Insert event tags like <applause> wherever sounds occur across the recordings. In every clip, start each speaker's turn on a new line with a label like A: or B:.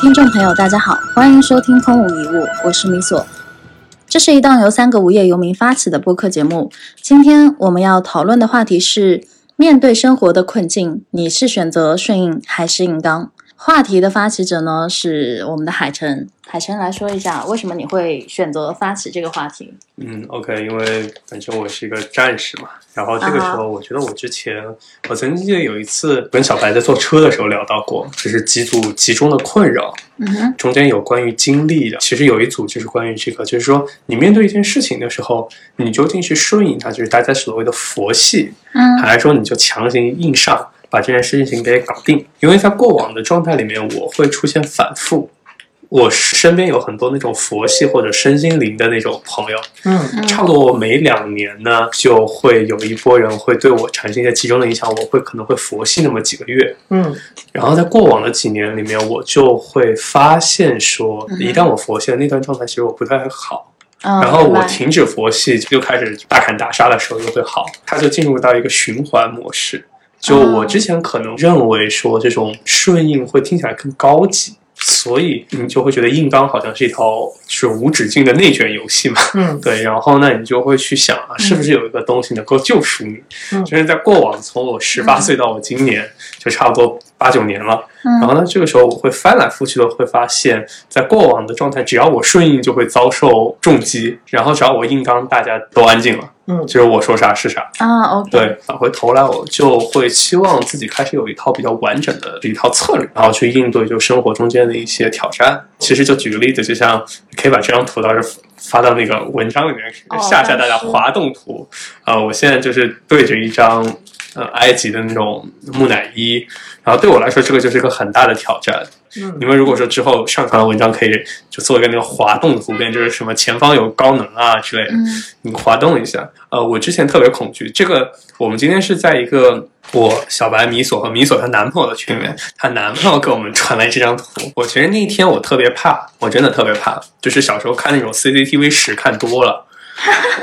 A: 听众朋友，大家好，欢迎收听《空无一物》，我是米索。这是一档由三个无业游民发起的播客节目。今天我们要讨论的话题是：面对生活的困境，你是选择顺应还是硬刚？话题的发起者呢是我们的海晨。海晨来说一下，为什么你会选择发起这个话题？
B: 嗯，OK，因为本身我是一个战士嘛，然后这个时候我觉得我之前，我曾经记得有一次跟小白在坐车的时候聊到过，就是几组集中的困扰，
A: 嗯哼，
B: 中间有关于经历的，其实有一组就是关于这个，就是说你面对一件事情的时候，你究竟是顺应它，就是大家所谓的佛系，
A: 嗯
B: 还是说你就强行硬上，把这件事情给搞定？因为在过往的状态里面，我会出现反复。我身边有很多那种佛系或者身心灵的那种朋友，
C: 嗯
B: 差不多每两年呢，就会有一波人会对我产生一些集中的影响，我会可能会佛系那么几个月。
C: 嗯
B: 然后在过往的几年里面，我就会发现说
A: 嗯，哼
B: 一旦我佛系的那段状态，其实我不太好。
A: 嗯，
B: 然后
A: 明
B: 我
A: 白
B: 停止佛系，就开始大砍大杀的时候又会好，它就进入到一个循环模式。就
A: 哦
B: 我之前可能认为说这种顺应会听起来更高级，所以你就会觉得硬刚好像是一套是无止境的内卷游戏嘛。
C: 嗯
B: 对，然后呢，你就会去想啊，是不是有一个东西能够救赎你？
C: 嗯
B: 就是在过往，从我十八岁到我今年，就差不多八九年了。
A: 嗯
B: 然后呢，这个时候我会翻来覆去的会发现，在过往的状态，只要我顺应就会遭受重击，然后只要我硬刚，大家都安静了，
C: 嗯
B: 就是我说啥是啥。
A: 啊，OK，
B: 对，返回头来，我就会期望自己开始有一套比较完整的一套策略，然后去应对就生活中间的一些挑战。其实就举个例子，就像可以把这张图到时候发到那个文章里面
A: 哦
B: 吓吓大家
A: 但是
B: 滑动图。啊、我现在就是对着一张呃埃及的那种木乃伊，然后对我来说这个就是一个很大的挑战。你
C: 嗯
B: 们如果说之后上传的文章可以就做一个那个滑动的图片，就是什么前方有高能啊之类的，
A: 嗯
B: 你滑动一下。呃，我之前特别恐惧这个。我们今天是在一个我小白米索和米索她男朋友的群里面，她男朋友给我们传来这张图。我其实那一天我特别怕，我真的特别怕，就是小时候看那种 CCTV 十看多了。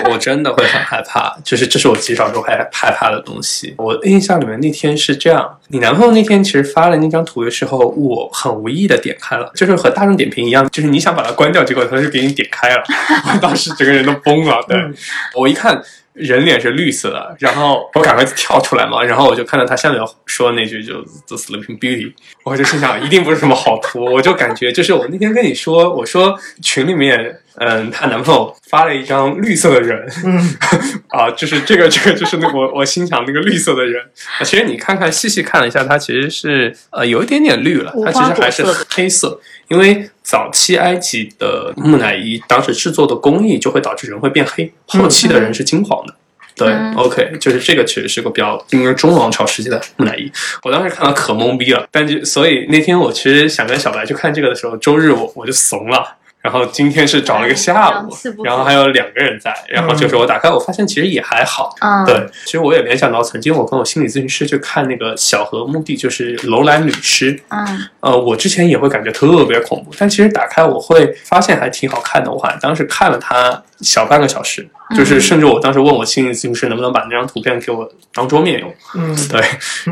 B: 我真的会很害怕，就是这是我极少数害害怕的东西。我印象里面那天是这样，你男朋友那天其实发了那张图的时候，我很无意的点开了，就是和大众点评一样，就是你想把它关掉，结果它就给你点开了。 <laughs> 我当时整个人都崩了，对，
C: 嗯
B: 我一看人脸是绿色的，然后我赶快跳出来嘛，然后我就看到他下面有说那句就 “the sleeping beauty”，我就心想一定不是什么好图，我就感觉就是我那天跟你说，我说群里面，嗯，她男朋友发了一张绿色的人，
C: 嗯
B: <laughs> 啊，就是这个，这个就是那个我我心想那个绿色的人。啊其实你看看细细看了一下，它其实是呃有一点点绿了
A: 五，
B: 它其
A: 花
B: 实
A: 果
B: 还是
A: 色的
B: 黑色，因为早期埃及的木乃伊当时制作的工艺就会导致人会变黑，后期的人是金黄的。对、
A: 嗯
B: o k 就是这个其实是个比较应该是中王朝时期的木乃伊，我当时看到可懵逼了，但就所以那天我其实想跟小白去看这个的时候，周日我我就怂了，然后今天是找了一个下
A: 嗯
B: 午
A: 四部，
B: 然后还有两个人在，然后就是我打开我发现其实也还好，
A: 嗯，
B: 对，其实我也联想到曾经我跟我心理咨询师去看那个小河墓地，就是楼兰女尸，
A: 嗯
B: 呃，我之前也会感觉特别恐怖，但其实打开我会发现还挺好看的。我好像当时看了它小半个小时，
A: 嗯
B: 就是甚至我当时问我心理咨询师能不能把那张图片给我当桌面用。
C: 嗯
B: 对，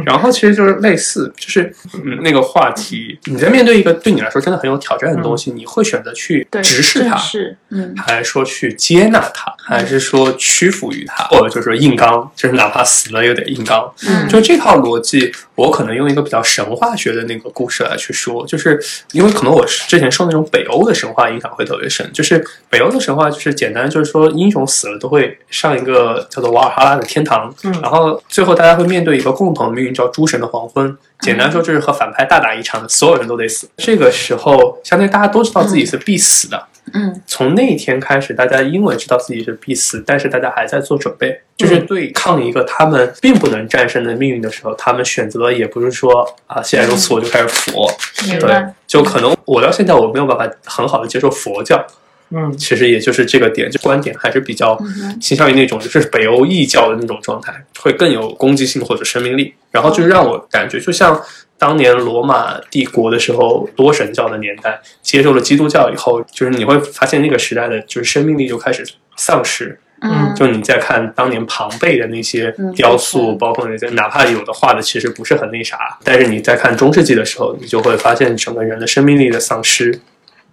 B: 然后其实就是类似，就是嗯那个话题，你在面对一个对你来说真的很有挑战的东西，你会选择去
A: 嗯对，
B: 直视它，
A: 是，嗯
B: 还是说去接纳它，还是说屈服于它，或者就是说硬刚，就是哪怕死了也得硬刚。
A: 嗯，
B: 就这套逻辑，我可能用一个比较神话学的那个故事来去说，就是因为可能我是之前受那种北欧的神话影响会特别深，就是北欧的神话就是简单就是说英雄死了都会上一个叫做瓦尔哈拉的天堂，
C: 嗯
B: 然后最后大家会面对一个共同的命运，叫诸神的黄昏。简单说就是和反派大打一场的，所有人都得死。这个时候，相当于大家都知道自己是必死的，
A: 嗯
B: 从那一天开始，大家因为知道自己是必死，但是大家还在做准备，
A: 嗯
B: 就是对抗一个他们并不能战胜的命运的时候，他们选择也不是说啊，既然如此我就开始佛，
A: 明
B: 对
A: 白，，
B: 就可能我到现在我没有办法很好的接受佛教，
C: 嗯
B: 其实也就是这个点，就观点还是比较
A: 嗯哼
B: 倾向于那种就是北欧异教的那种状态，会更有攻击性或者生命力。然后就是让我感觉，就像当年罗马帝国的时候，多神教的年代，接受了基督教以后，就是你会发现那个时代的就是生命力就开始丧失，
C: 嗯
B: 就你在看当年庞贝的那些雕塑，
C: 嗯
B: 包括那些，哪怕有的画的其实不是很那啥，但是你在看中世纪的时候，你就会发现整个人的生命力的丧失，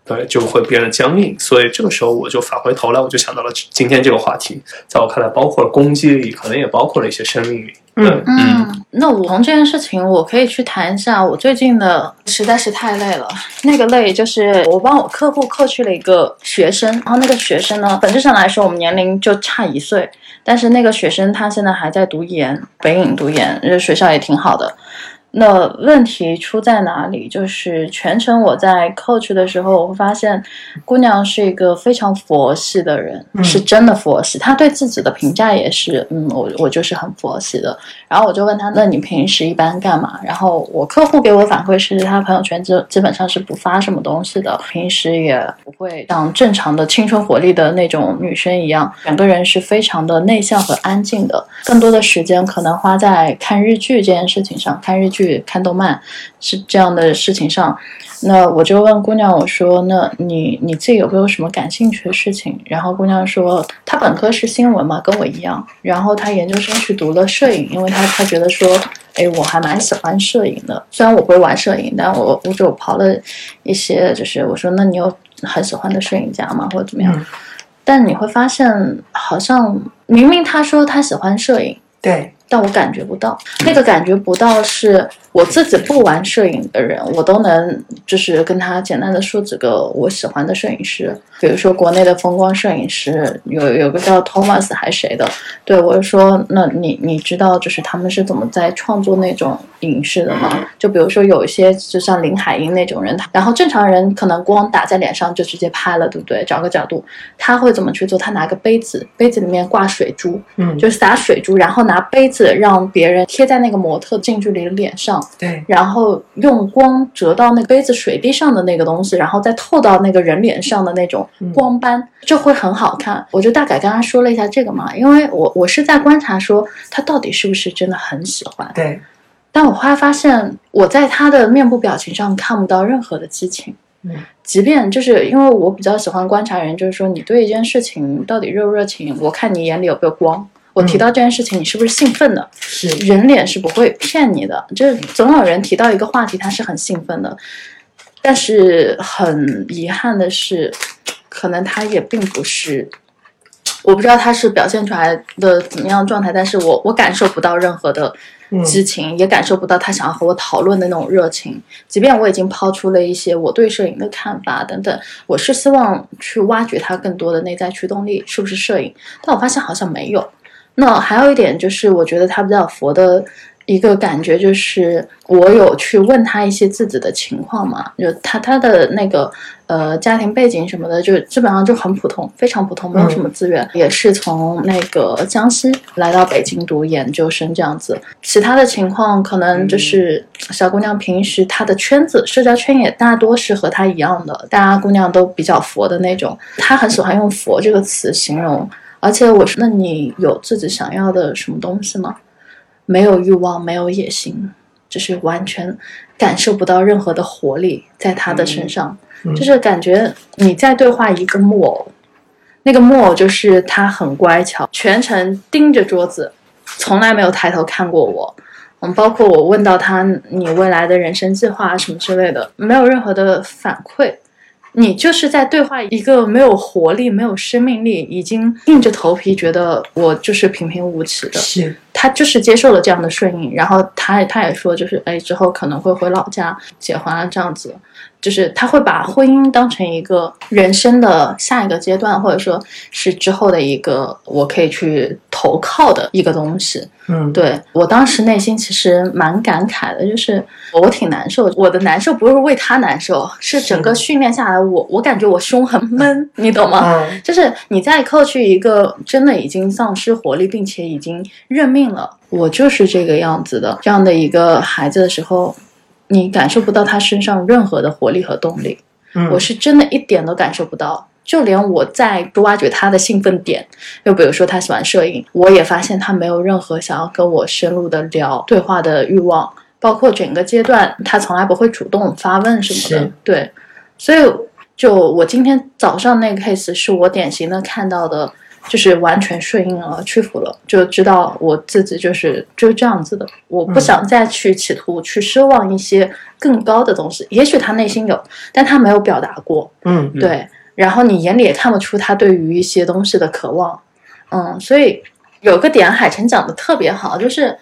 B: 对，就会变得僵硬。所以这个时候我就返回头来，我就想到了今天这个话题，在我看来，包括了攻击力，可能也包括了一些生命力。
D: 嗯
B: 对嗯，
C: 那武红这件事情，我可以去谈一下。我最近的实在是太累了，那个累就是我帮我客户扣去了一个学生，然后那个学生呢，本质上来说我们年龄就差一岁，但是那个学生他现在还在读研，北影读研，这学校也挺好的。那问题出在哪里？就是全程我在 coach 的时候，我会发现，姑娘是一个非常佛系的人，
D: 嗯
C: 是真的佛系。她对自己的评价也是，嗯，我我就是很佛系的。然后我就问她，那你平时一般干嘛？然后我客户给我的反馈是，她朋友圈基基本上是不发什么东西的，平时也不会像正常的青春活力的那种女生一样，整个人是非常的内向和安静的。更多的时间可能花在看日剧这件事情上，看日剧、看动漫是这样的事情上。那我就问姑娘，我说：“那你你自己有没有什么感兴趣的事情？”然后姑娘说：“她本科是新闻嘛，跟我一样。然后她研究生去读了摄影，因为她她觉得说，哎，我还蛮喜欢摄影的。虽然我不会玩摄影，但我我就刨了一些，就是我说：那你有很喜欢的摄影家吗，或者怎么样？
D: 嗯
C: 但你会发现，好像明明她说她喜欢摄影，
D: 对，
C: 但我感觉不到，那个感觉不到是我自己不玩摄影的人，我都能就是跟他简单的说几个我喜欢的摄影师，比如说国内的风光摄影师，有有个叫 Thomas 还是谁的，对我就说，那你你知道就是他们是怎么在创作那种影视的吗？就比如说有一些就像林海音那种人，然后正常人可能光打在脸上就直接拍了，对不对？找个角度，他会怎么去做？他拿个杯子，杯子里面挂水珠，
D: 嗯，
C: 就是撒水珠，然后拿杯子让别人贴在那个模特近距离的脸上，
D: 对，
C: 然后用光折到那个杯子水滴上的那个东西，然后再透到那个人脸上的那种
D: 嗯
C: 光斑，就会很好看。我就大概跟他说了一下这个嘛，因为我我是在观察说他到底是不是真的很喜欢，
D: 对，
C: 但我后来发现我在他的面部表情上看不到任何的激情。
D: 嗯
C: 即便就是因为我比较喜欢观察人，就是说你对一件事情到底热不热情，我看你眼里有没有光。我提到这件事情，你是不是兴奋的？
D: 是，
C: 人脸是不会骗你的，就是总有人提到一个话题，他是很兴奋的，但是很遗憾的是，可能他也并不是，我不知道他是表现出来的怎么样的状态，但是我我感受不到任何的
D: 嗯
C: 激情，也感受不到他想要和我讨论的那种热情。即便我已经抛出了一些我对摄影的看法等等，我是希望去挖掘他更多的内在驱动力是不是摄影，但我发现好像没有。那还有一点就是，我觉得他比较佛的一个感觉就是，我有去问他一些自己的情况嘛，就他他的那个呃家庭背景什么的，就基本上就很普通，非常普通，没有什么资源，也是从那个江西来到北京读研究生这样子。其他的情况可能就是小姑娘平时她的圈子社交圈也大多是和她一样的，大家姑娘都比较佛的那种，她很喜欢用“佛”这个词形容。而且我说，那你有自己想要的什么东西吗？没有欲望，没有野心，就是完全感受不到任何的活力在他的身上，
D: 嗯嗯
C: 就是感觉你在对话一个木偶，那个木偶就是他很乖巧，全程盯着桌子，从来没有抬头看过我。嗯，包括我问到他你未来的人生计划啊什么之类的，没有任何的反馈，你就是在对话一个没有活力、没有生命力，已经硬着头皮觉得我就是平平无奇的
D: 是，
C: 他就是接受了这样的顺应，然后他他也说，就是哎，之后可能会回老家结婚啊，这样子，就是他会把婚姻当成一个人生的下一个阶段，或者说是之后的一个我可以去投靠的一个东西。
D: 嗯，
C: 对我当时内心其实蛮感慨的，就是我挺难受，我的难受不是为他难受，是整个训练下来我，我感觉我胸很闷，你懂吗？
D: 嗯，
C: 就是你在 coach 一个真的已经丧失活力，并且已经认命了，我就是这个样子的这样的一个孩子的时候，你感受不到他身上任何的活力和动力，
D: 嗯，
C: 我是真的一点都感受不到。就连我在挖掘他的兴奋点，又比如说他喜欢摄影，我也发现他没有任何想要跟我深入的聊对话的欲望，包括整个阶段他从来不会主动发问什么的
D: 是。
C: 对，所以就我今天早上那个 case 是我典型的看到的就是完全顺应了屈服了，就知道我自己就是就是这样子的，我不想再去企图去奢望一些更高的东西。也许他内心有，但他没有表达过，
D: 嗯
B: 嗯
C: 对。然后你眼里也看不出他对于一些东西的渴望，嗯，所以有个点海晨讲的特别好，就是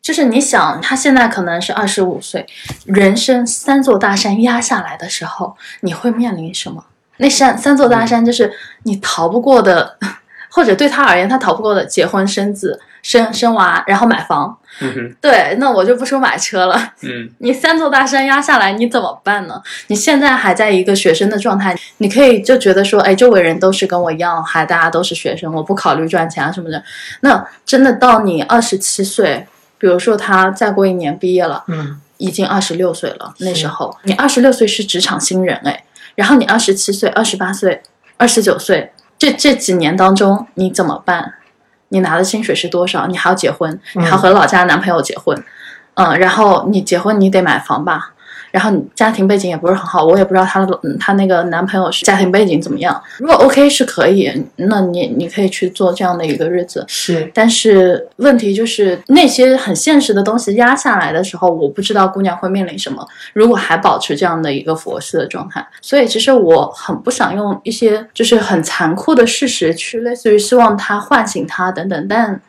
C: 就是你想他现在可能是二十五岁，人生三座大山压下来的时候，你会面临什么？那山三座大山就是你逃不过的， <laughs> 或者对他而言他逃不过的结婚生子、生生娃，然后买房。
B: 嗯哼
C: 对，那我就不说买车了，
B: 嗯
C: 你三座大山压下来，你怎么办呢？你现在还在一个学生的状态，你可以就觉得说，哎，周围人都是跟我一样，还大家都是学生，我不考虑赚钱啊什么的。那真的到你二十七岁，比如说他再过一年毕业了，
D: 嗯，
C: 已经二十六岁了，那时候你二十六岁是职场新人哎，然后你二十七岁、二十八岁、二十九岁，这这几年当中你怎么办？你拿的薪水是多少？你还要结婚，你还要和老家男朋友结婚，嗯然后你结婚你得买房吧，然后你家庭背景也不是很好，我也不知道她的嗯她那个男朋友是家庭背景怎么样。如果 OK 是可以，那你你可以去做这样的一个日子，
D: 是
C: 但是问题就是那些很现实的东西压下来的时候，我不知道姑娘会面临什么。如果还保持这样的一个佛系的状态，所以其实我很不想用一些就是很残酷的事实去类似于希望他唤醒他等等，但。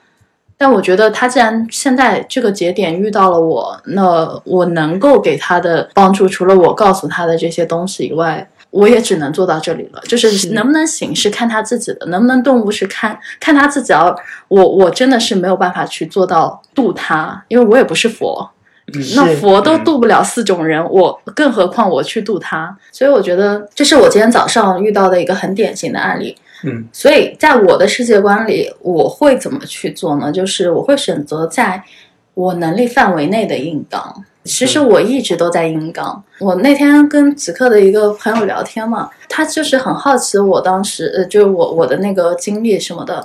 C: 但我觉得他既然现在这个节点遇到了我，那我能够给他的帮助，除了我告诉他的这些东西以外，我也只能做到这里了。就是
D: 是
C: 能不能行是看他自己的，能不能动物是看看他自己要。我我真的是没有办法去做到度他，因为我也不是佛，
B: 嗯
D: 是
C: 那佛都渡不了四种人，我更何况我去渡他。所以我觉得这是我今天早上遇到的一个很典型的案例。
B: 嗯
C: 所以在我的世界观里，我会怎么去做呢？就是我会选择在我能力范围内的硬刚。其实我一直都在硬刚。我那天跟此刻的一个朋友聊天嘛，他就是很好奇我当时，呃，就是我我的那个经历什么的。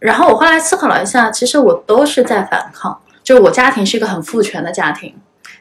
C: 然后我后来思考了一下，其实我都是在反抗。就我家庭是一个很父权的家庭，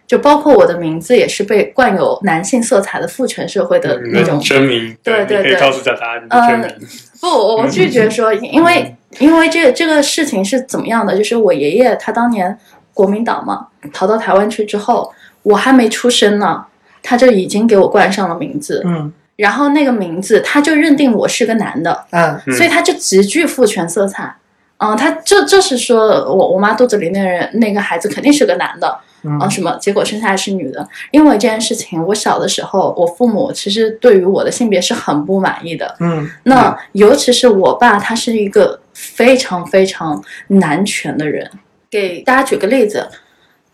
C: 就包括我的名字也是被冠有男性色彩的父权社会的
B: 嗯
C: 那种
B: 真名，
C: 对对
B: 你可以
C: 对呃
B: 告诉大家你的真名，
C: 不，我
D: 嗯
C: 我拒绝说，因因为因为这这个事情是怎么样的？就是我爷爷他当年国民党嘛，逃到台湾去之后，我还没出生呢，他就已经给我冠上了名字，
D: 嗯
C: 然后那个名字他就认定我是个男的，
D: 啊
B: 嗯
C: 所以他就极具父权色彩。嗯，他就就是说我我妈肚子里那人那个孩子肯定是个男的，
D: 嗯
C: 啊什么，结果生下来是女的。因为这件事情，我小的时候，我父母其实对于我的性别是很不满意的，
D: 嗯
C: 那尤其是我爸，他是一个非常非常男权的人。给大家举个例子，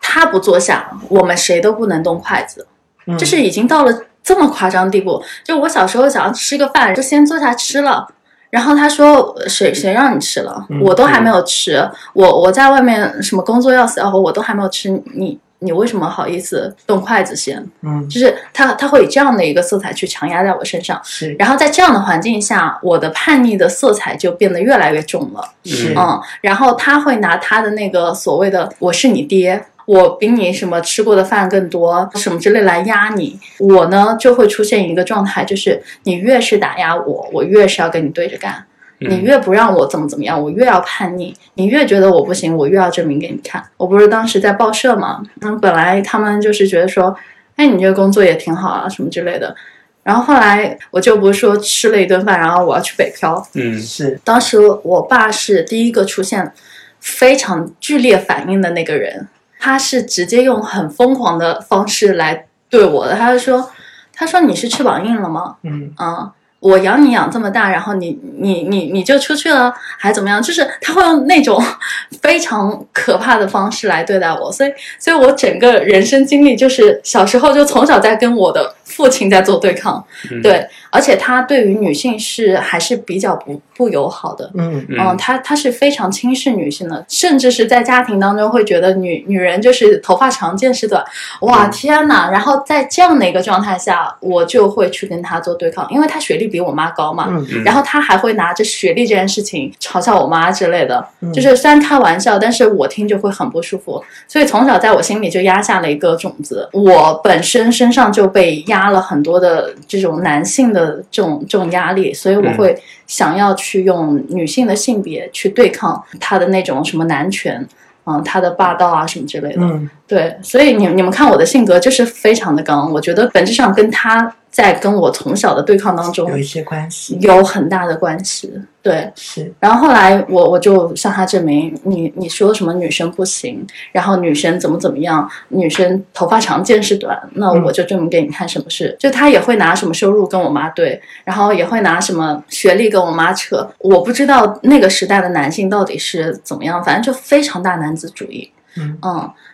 C: 他不坐下，我们谁都不能动筷子，
D: 嗯，
C: 就是已经到了这么夸张的地步。就我小时候想要吃个饭，就先坐下吃了。然后他说：“谁谁让你吃了？
D: 嗯
C: 我都还没有吃，我我在外面什么工作要死要活，我都还没有吃，你你为什么好意思动筷子先？
D: 嗯
C: 就是他他会以这样的一个色彩去强压在我身上。
D: 是
C: 然后在这样的环境下，我的叛逆的色彩就变得越来越重了。
D: 是
C: 嗯，然后他会拿他的那个所谓的“我是你爹”。我比你什么吃过的饭更多，什么之类来压你，我呢就会出现一个状态，就是你越是打压我，我越是要跟你对着干，
B: 嗯
C: 你越不让我怎么怎么样，我越要叛逆，你越觉得我不行，我越要证明给你看。我不是当时在报社嘛，嗯，本来他们就是觉得说，哎，你这个工作也挺好啊，什么之类的。然后后来我就不是说吃了一顿饭，然后我要去北漂，
B: 嗯
D: 是
C: 当时我爸是第一个出现非常剧烈反应的那个人，他是直接用很疯狂的方式来对我的，他就说：“他说你是翅膀硬了吗？
D: 嗯
C: 啊、我养你养这么大，然后你你你你就出去了，还怎么样？就是他会用那种 <laughs> 非常可怕的方式来对待我，所以所以我整个人生经历就是小时候就从小在跟我的父亲在做对抗，
B: 嗯
C: 对，而且他对于女性是还是比较不不友好的。
D: 嗯
C: 嗯，他他是非常轻视女性的，甚至是在家庭当中会觉得女女人就是头发长见识短，哇天哪！然后在这样的一个状态下，我就会去跟他做对抗，因为他学历比我妈高嘛，
D: 嗯
B: 嗯
C: 然后他还会拿着学历这件事情嘲笑我妈之类的，
D: 嗯
C: 就是虽然开玩笑，但是我听就会很不舒服，所以从小在我心里就压下了一个种子，我本身身上就被压加了很多的这种男性的这种这种压力，所以
D: 嗯
C: 我会想要去用女性的性别去对抗他的那种什么男权，嗯，他的霸道啊什么之类的。
B: 嗯，
C: 对，所以你你们看我的性格就是非常的刚，我觉得本质上跟他在跟我从小的对抗当中
D: 有一些关系
C: 有很大的关系。对，
D: 是
C: 然后后来我我就向他证明，你你说什么女生不行，然后女生怎么怎么样，女生头发长见识短，那
B: 嗯
C: 我就证明给你看什么是。就他也会拿什么收入跟我妈对，然后也会拿什么学历跟我妈扯。我不知道那个时代的男性到底是怎么样，反正就非常大男子主义。
D: 嗯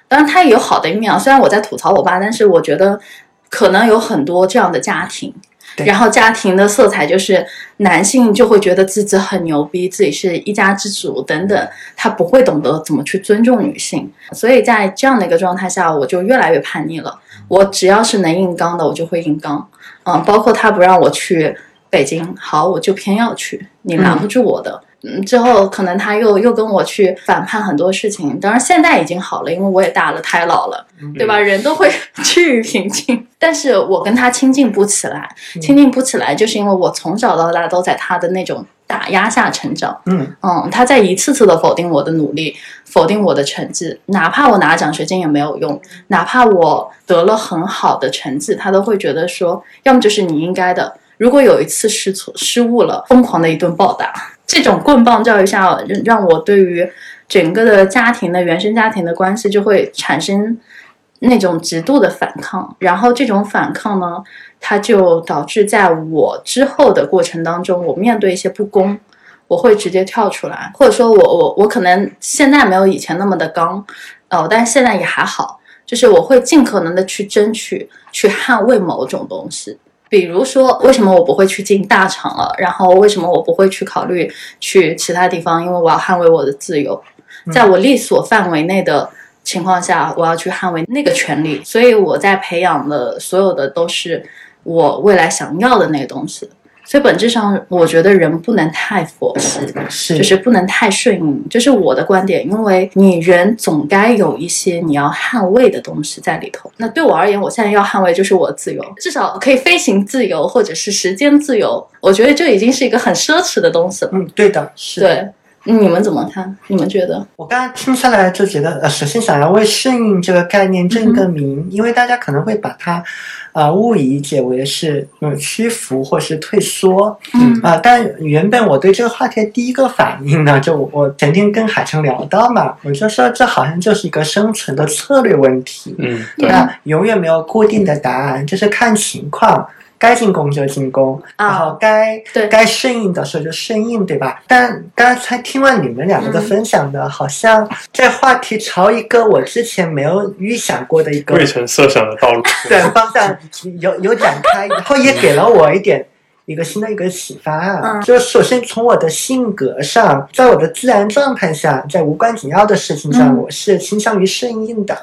C: 当然他也有好的一面啊，虽然我在吐槽我爸，但是我觉得可能有很多这样的家庭。
D: 对
C: 然后家庭的色彩就是男性就会觉得自己很牛逼，自己是一家之主等等，他不会懂得怎么去尊重女性，所以在这样的一个状态下，我就越来越叛逆了。我只要是能硬刚的，我就会硬刚，嗯，包括他不让我去北京，好，我就偏要去，你拦不住我的。嗯，之后可能他又又跟我去反叛很多事情，当然现在已经好了，因为我也大了，他也老了，对吧？人都会趋于平静，但是我跟他亲近不起来，亲近不起来，就是因为我从小到大都在他的那种打压下成长。
D: 嗯
C: 嗯，他在一次次的否定我的努力，否定我的成绩，哪怕我拿奖学金也没有用，哪怕我得了很好的成绩，他都会觉得说，要么就是你应该的。如果有一次失错失误了，疯狂的一顿暴打，这种棍棒教育下，让让我对于整个的家庭的原生家庭的关系就会产生那种极度的反抗，然后这种反抗呢，它就导致在我之后的过程当中，我面对一些不公，我会直接跳出来，或者说我我我可能现在没有以前那么的刚，哦，但是现在也还好，就是我会尽可能的去争取，去捍卫某种东西。比如说，为什么我不会去进大厂了？然后为什么我不会去考虑去其他地方？因为我要捍卫我的自由，在我力所范围内的情况下，我要去捍卫那个权利。所以我在培养的所有的都是我未来想要的那个东西。所以本质上，我觉得人不能太佛系，
D: 是
C: 就是不能太顺应，这是我的观点，因为你人总该有一些你要捍卫的东西在里头。那对我而言，我现在要捍卫就是我的自由，至少可以飞行自由或者是时间自由，我觉得这已经是一个很奢侈的东西了。
D: 嗯对的是的。
C: 对，嗯你们怎么看？你们觉得？
D: 我刚才听下来就觉得，呃，首先想要为顺应这个概念正个名，因为大家可能会把它，呃，误以理解为是嗯屈服或是退缩，
B: 嗯
D: 啊、但原本我对这个话题的第一个反应呢，就我我前天跟海城聊到嘛，我就说这好像就是一个生存的策略问题，
B: 嗯，对，
D: 那永远没有固定的答案，就是看情况。该进攻就进攻，
C: 啊
D: 然后该
C: 对
D: 该顺应的时候就顺应，对吧？但刚才听完你们两个的分享呢，好像这话题朝一个我之前没有预想过的一个
B: 嗯未曾设想的道路，
D: 对方向有有展开，然后也给了我一点一个新的一个启发啊。
C: 嗯
D: 就是首先从我的性格上，在我的自然状态下，在无关紧要的事情上，
C: 嗯
D: 我是倾向于顺应的。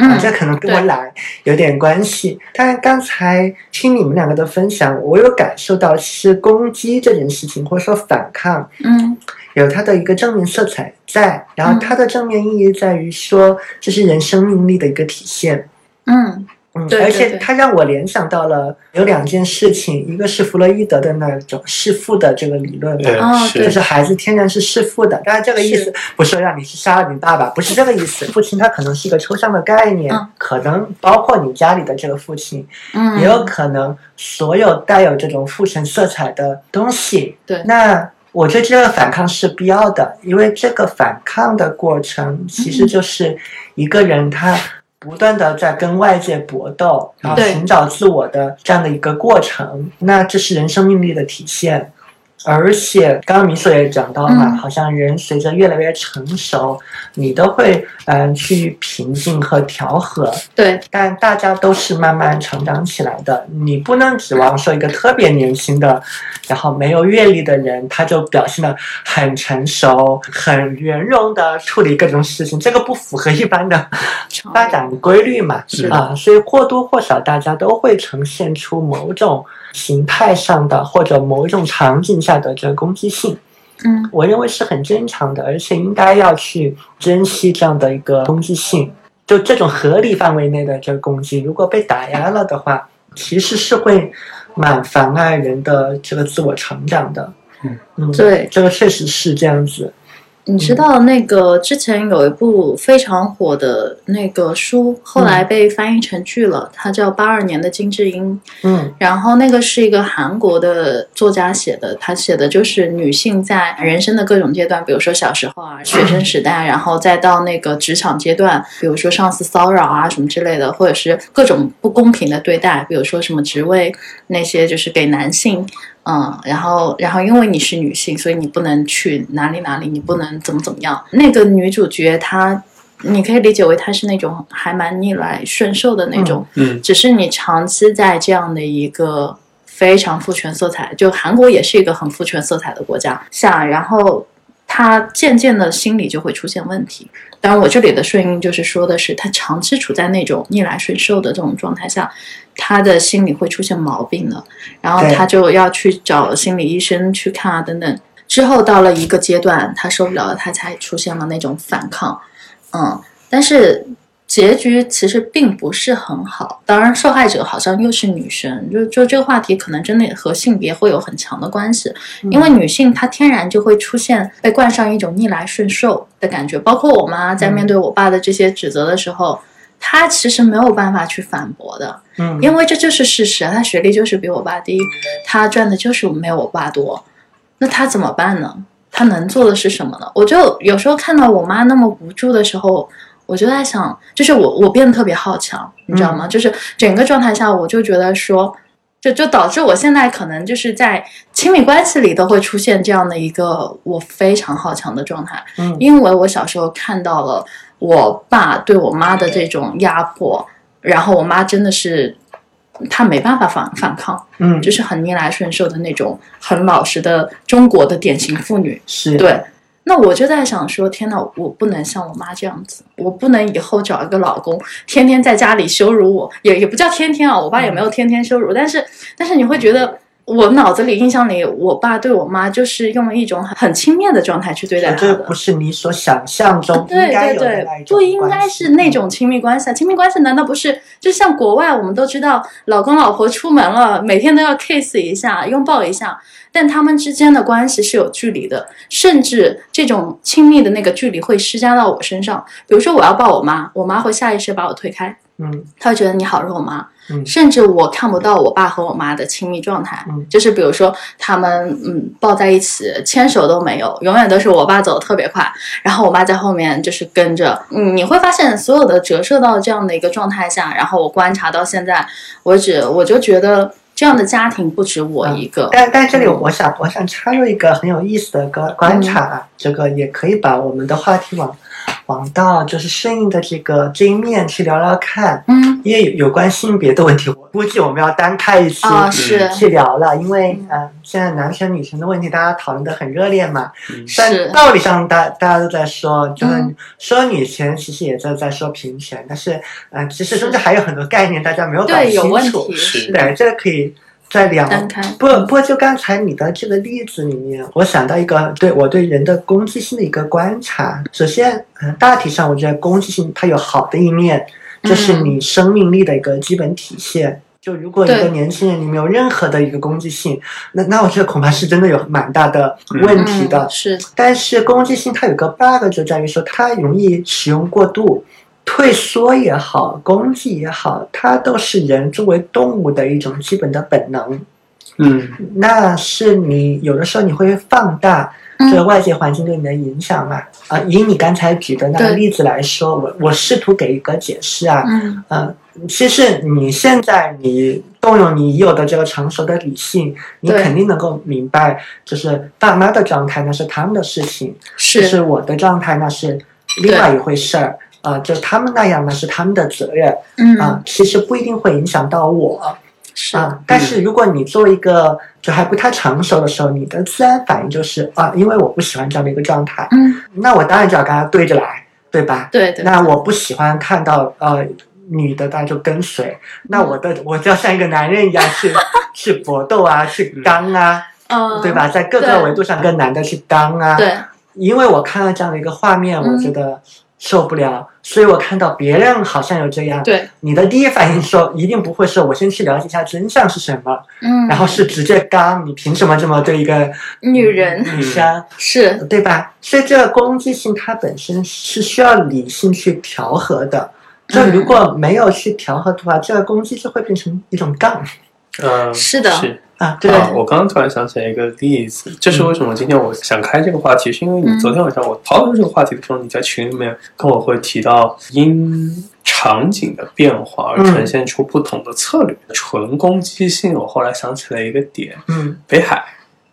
C: 嗯
D: 啊，这可能跟我懒有点关系。但是刚才听你们两个的分享，我有感受到，其实攻击这件事情，或者说反抗，
C: 嗯
D: 有它的一个正面色彩在，然后它的正面意义在于说，这是人生命力的一个体现。
C: 嗯
D: 嗯，
C: 对
D: 而
C: 对
D: 且
C: 对
D: 它让我联想到了有两件事情，一个是弗洛伊德的那种弑父的这个理论嘛，
B: 对
C: 哦
D: 就
B: 对
C: 对
D: 是孩子天然是弑父的，当然这个意思
C: 是
D: 不是让你去杀了你爸爸，不是这个意思。父亲他可能是一个抽象的概念，
C: 嗯
D: 可能包括你家里的这个父亲，
C: 嗯，
D: 也有可能所有带有这种父权色彩的东西。
C: 对
D: 那我对这个反抗是必要的，因为这个反抗的过程其
C: 嗯
D: 实就是一个人他不断的在跟外界搏斗，然后
C: 对
D: 寻找自我的这样的一个过程。那这是人生命力的体现。而且，刚刚米索也讲到嘛，
C: 嗯
D: 好像人随着越来越成熟，你都会嗯、呃去平静和调和，
C: 对
D: 但大家都是慢慢成长起来的，你不能指望说一个特别年轻的，然后没有阅历的人，他就表现的很成熟、很圆融的处理各种事情，这个不符合一般的发展规律嘛？
B: 是的
D: 啊，所以或多或少大家都会呈现出某种形态上的或者某种场景下的这个攻击性。
C: 嗯
D: 我认为是很正常的，而且应该要去珍惜这样的一个攻击性，就这种合理范围内的这个攻击，如果被打压了的话，其实是会蛮妨碍人的这个自我成长的。
B: 嗯
D: 嗯，
C: 对
D: 这个确实是这样子。
C: 你知道那个之前有一部非常火的那个书，后来被翻译成剧了，它叫《八二年的金智英》，
D: 嗯
C: 然后那个是一个韩国的作家写的，他写的就是女性在人生的各种阶段，比如说小时候啊、学生时代，然后再到那个职场阶段，比如说上司骚扰啊什么之类的，或者是各种不公平的对待，比如说什么职位那些就是给男性，嗯，然后然后因为你是女性，所以你不能去哪里哪里，你不能怎么怎么样。那个女主角她。你可以理解为她是那种还蛮逆来顺受的那种，
B: 嗯
C: 只是你长期在这样的一个非常父权色彩，就韩国也是一个很父权色彩的国家下，然后他渐渐的心理就会出现问题。当然，我这里的顺应就是说的是，他长期处在那种逆来顺受的这种状态下，他的心理会出现毛病的，然后
D: 对
C: 他就要去找心理医生去看啊等等。之后到了一个阶段，他受不了了，他才出现了那种反抗，嗯，但是结局其实并不是很好。当然，受害者好像又是女生，就就这个话题可能真的和性别会有很强的关系，
D: 嗯
C: 因为女性她天然就会出现被冠上一种逆来顺受的感觉。包括我妈在
D: 嗯
C: 面对我爸的这些指责的时候，她其实没有办法去反驳的，
D: 嗯，
C: 因为这就是事实啊，他学历就是比我爸低，他赚的就是没有我爸多，那他怎么办呢？他能做的是什么呢？我就有时候看到我妈那么无助的时候，我就在想，就是我我变得特别好强，你知道吗？就是整个状态下，我就觉得说，就就导致我现在可能就是在亲密关系里都会出现这样的一个我非常好强的状态。
D: 嗯
C: 因为我小时候看到了我爸对我妈的这种压迫，然后我妈真的是她没办法反反抗，
D: 嗯
C: 就是很逆来顺受的那种，很老实的中国的典型妇女。
D: 是，
C: 对，那我就在想说，天哪，我不能像我妈这样子，我不能以后找一个老公，天天在家里羞辱我，也也不叫天天啊，我爸也没有天天羞辱，但是但是你会觉得。我脑子里印象里，我爸对我妈就是用一种很很轻蔑的状态去对待她
D: 这
C: 的
D: 不，是你所想象中应
C: 对
D: 该
C: 对
D: 有的那
C: 对
D: 一，种
C: 不应
D: 关
C: 该
D: 系嗯
C: 是那种亲密关系啊！亲密关系难道不是就像国外我们都知道，老公老婆出门了，每天都要 kiss 一下，拥抱一下，但他们之间的关系是有距离的，甚至这种亲密的那个距离会施加到我身上。比如说我要抱我妈，我妈会下意识把我推开，
D: 嗯
C: 她会觉得你好肉麻，
D: 嗯
C: 甚至我看不到我爸和我妈的亲密状态，
D: 嗯
C: 就是比如说他们嗯抱在一起，牵手都没有，永远都是我爸走的特别快，然后我妈在后面就是跟着，嗯，你会发现所有的折射到这样的一个状态下，然后我观察到现在为止，我就觉得这样的家庭不止我一个，
D: 但但这里我想，我想插入一个很有意思的观
C: 嗯
D: 观察啊，这个也可以把我们的话题往往到就是顺应的这个这一面去聊聊看，
C: 嗯
D: 因为有有关性别的问题，我估计我们要单开一期
C: 啊、是
D: 去聊了，因为嗯、呃现在男生女生的问题大家讨论的很热烈嘛，
B: 嗯
D: 但道理上大大家都在说，就是
C: 嗯
D: 说女权，其实也在在说平权，但是呃，其实中间还有很多概念大家没有搞
C: 对有问
D: 清楚
C: 题，，嗯
B: 是
D: 对，这个可以再聊。
C: 单开，
D: 不不过就刚才你的这个例子里面，我想到一个对我对人的攻击性的一个观察。首先，嗯，大体上我觉得攻击性它有好的一面，这是
C: 嗯
D: 你生命力的一个基本体现。就如果一
C: 对
D: 个年轻人你没有任何的一个攻击性，那那我觉得恐怕是真的有蛮大的问题的。
C: 嗯是
D: 但是攻击性它有个 bug 就在于说，它容易使用过度，退缩也好，攻击也好，它都是人作为动物的一种基本的本能。
B: 嗯
D: 那是你有的时候你会放大
C: 嗯
D: 这个外界环境对你的影响嘛？啊、以你刚才举的那个
C: 对
D: 例子来说，我我试图给一个解释啊，
C: 嗯
D: 嗯，其实你现在你动用你已有的这个成熟的理性，你
C: 对
D: 肯定能够明白，就是爸妈的状态那是他们的事情，就是啊是我的状态那是另外一回事儿啊、就他们那样那是他们的责任
C: 嗯、
D: 啊、其实不一定会影响到我啊、
C: 是
D: 但是如果你作为一个就还不太成熟的时候，你的自然反应就是啊、因为我不喜欢这样的一个状态，
C: 嗯
D: 那我当然就要跟他对着来，对吧？
C: 对对
D: 那我不喜欢看到呃女的，那就跟随。那我的我就要像一个男人一样
C: <laughs>
D: 去去搏斗啊，去刚啊，
C: 嗯
D: 对吧？？在各个
C: 对
D: 维度上跟男的去刚啊。
C: 对
D: 因为我看到这样的一个画面，
C: 嗯
D: 我觉得受不了，所以我看到别人好像有这样，
C: 对，
D: 你的第一反应说一定不会是我先去了解一下真相是什么，
C: 嗯，
D: 然后是直接刚，你凭什么这么对一个
C: 女人
D: 女生，
C: 是
D: 对吧？所以这个攻击性它本身是需要理性去调和的。
C: 嗯
D: 就如果没有去调和的话，这个攻击就会变成一种杠
B: 嗯，
C: 是的
B: 是
D: 啊，对
C: 哦
B: 啊，我刚刚突然想起来一个例子，这是为什么今天我想开这个话题，是因为
C: 嗯
B: 你昨天晚上我讨论这个话题的时候，你在群里面跟我会提到因场景的变化
C: 嗯
B: 而呈现出不同的策略。纯攻击性，我后来想起来一个点，
D: 嗯
B: 北海，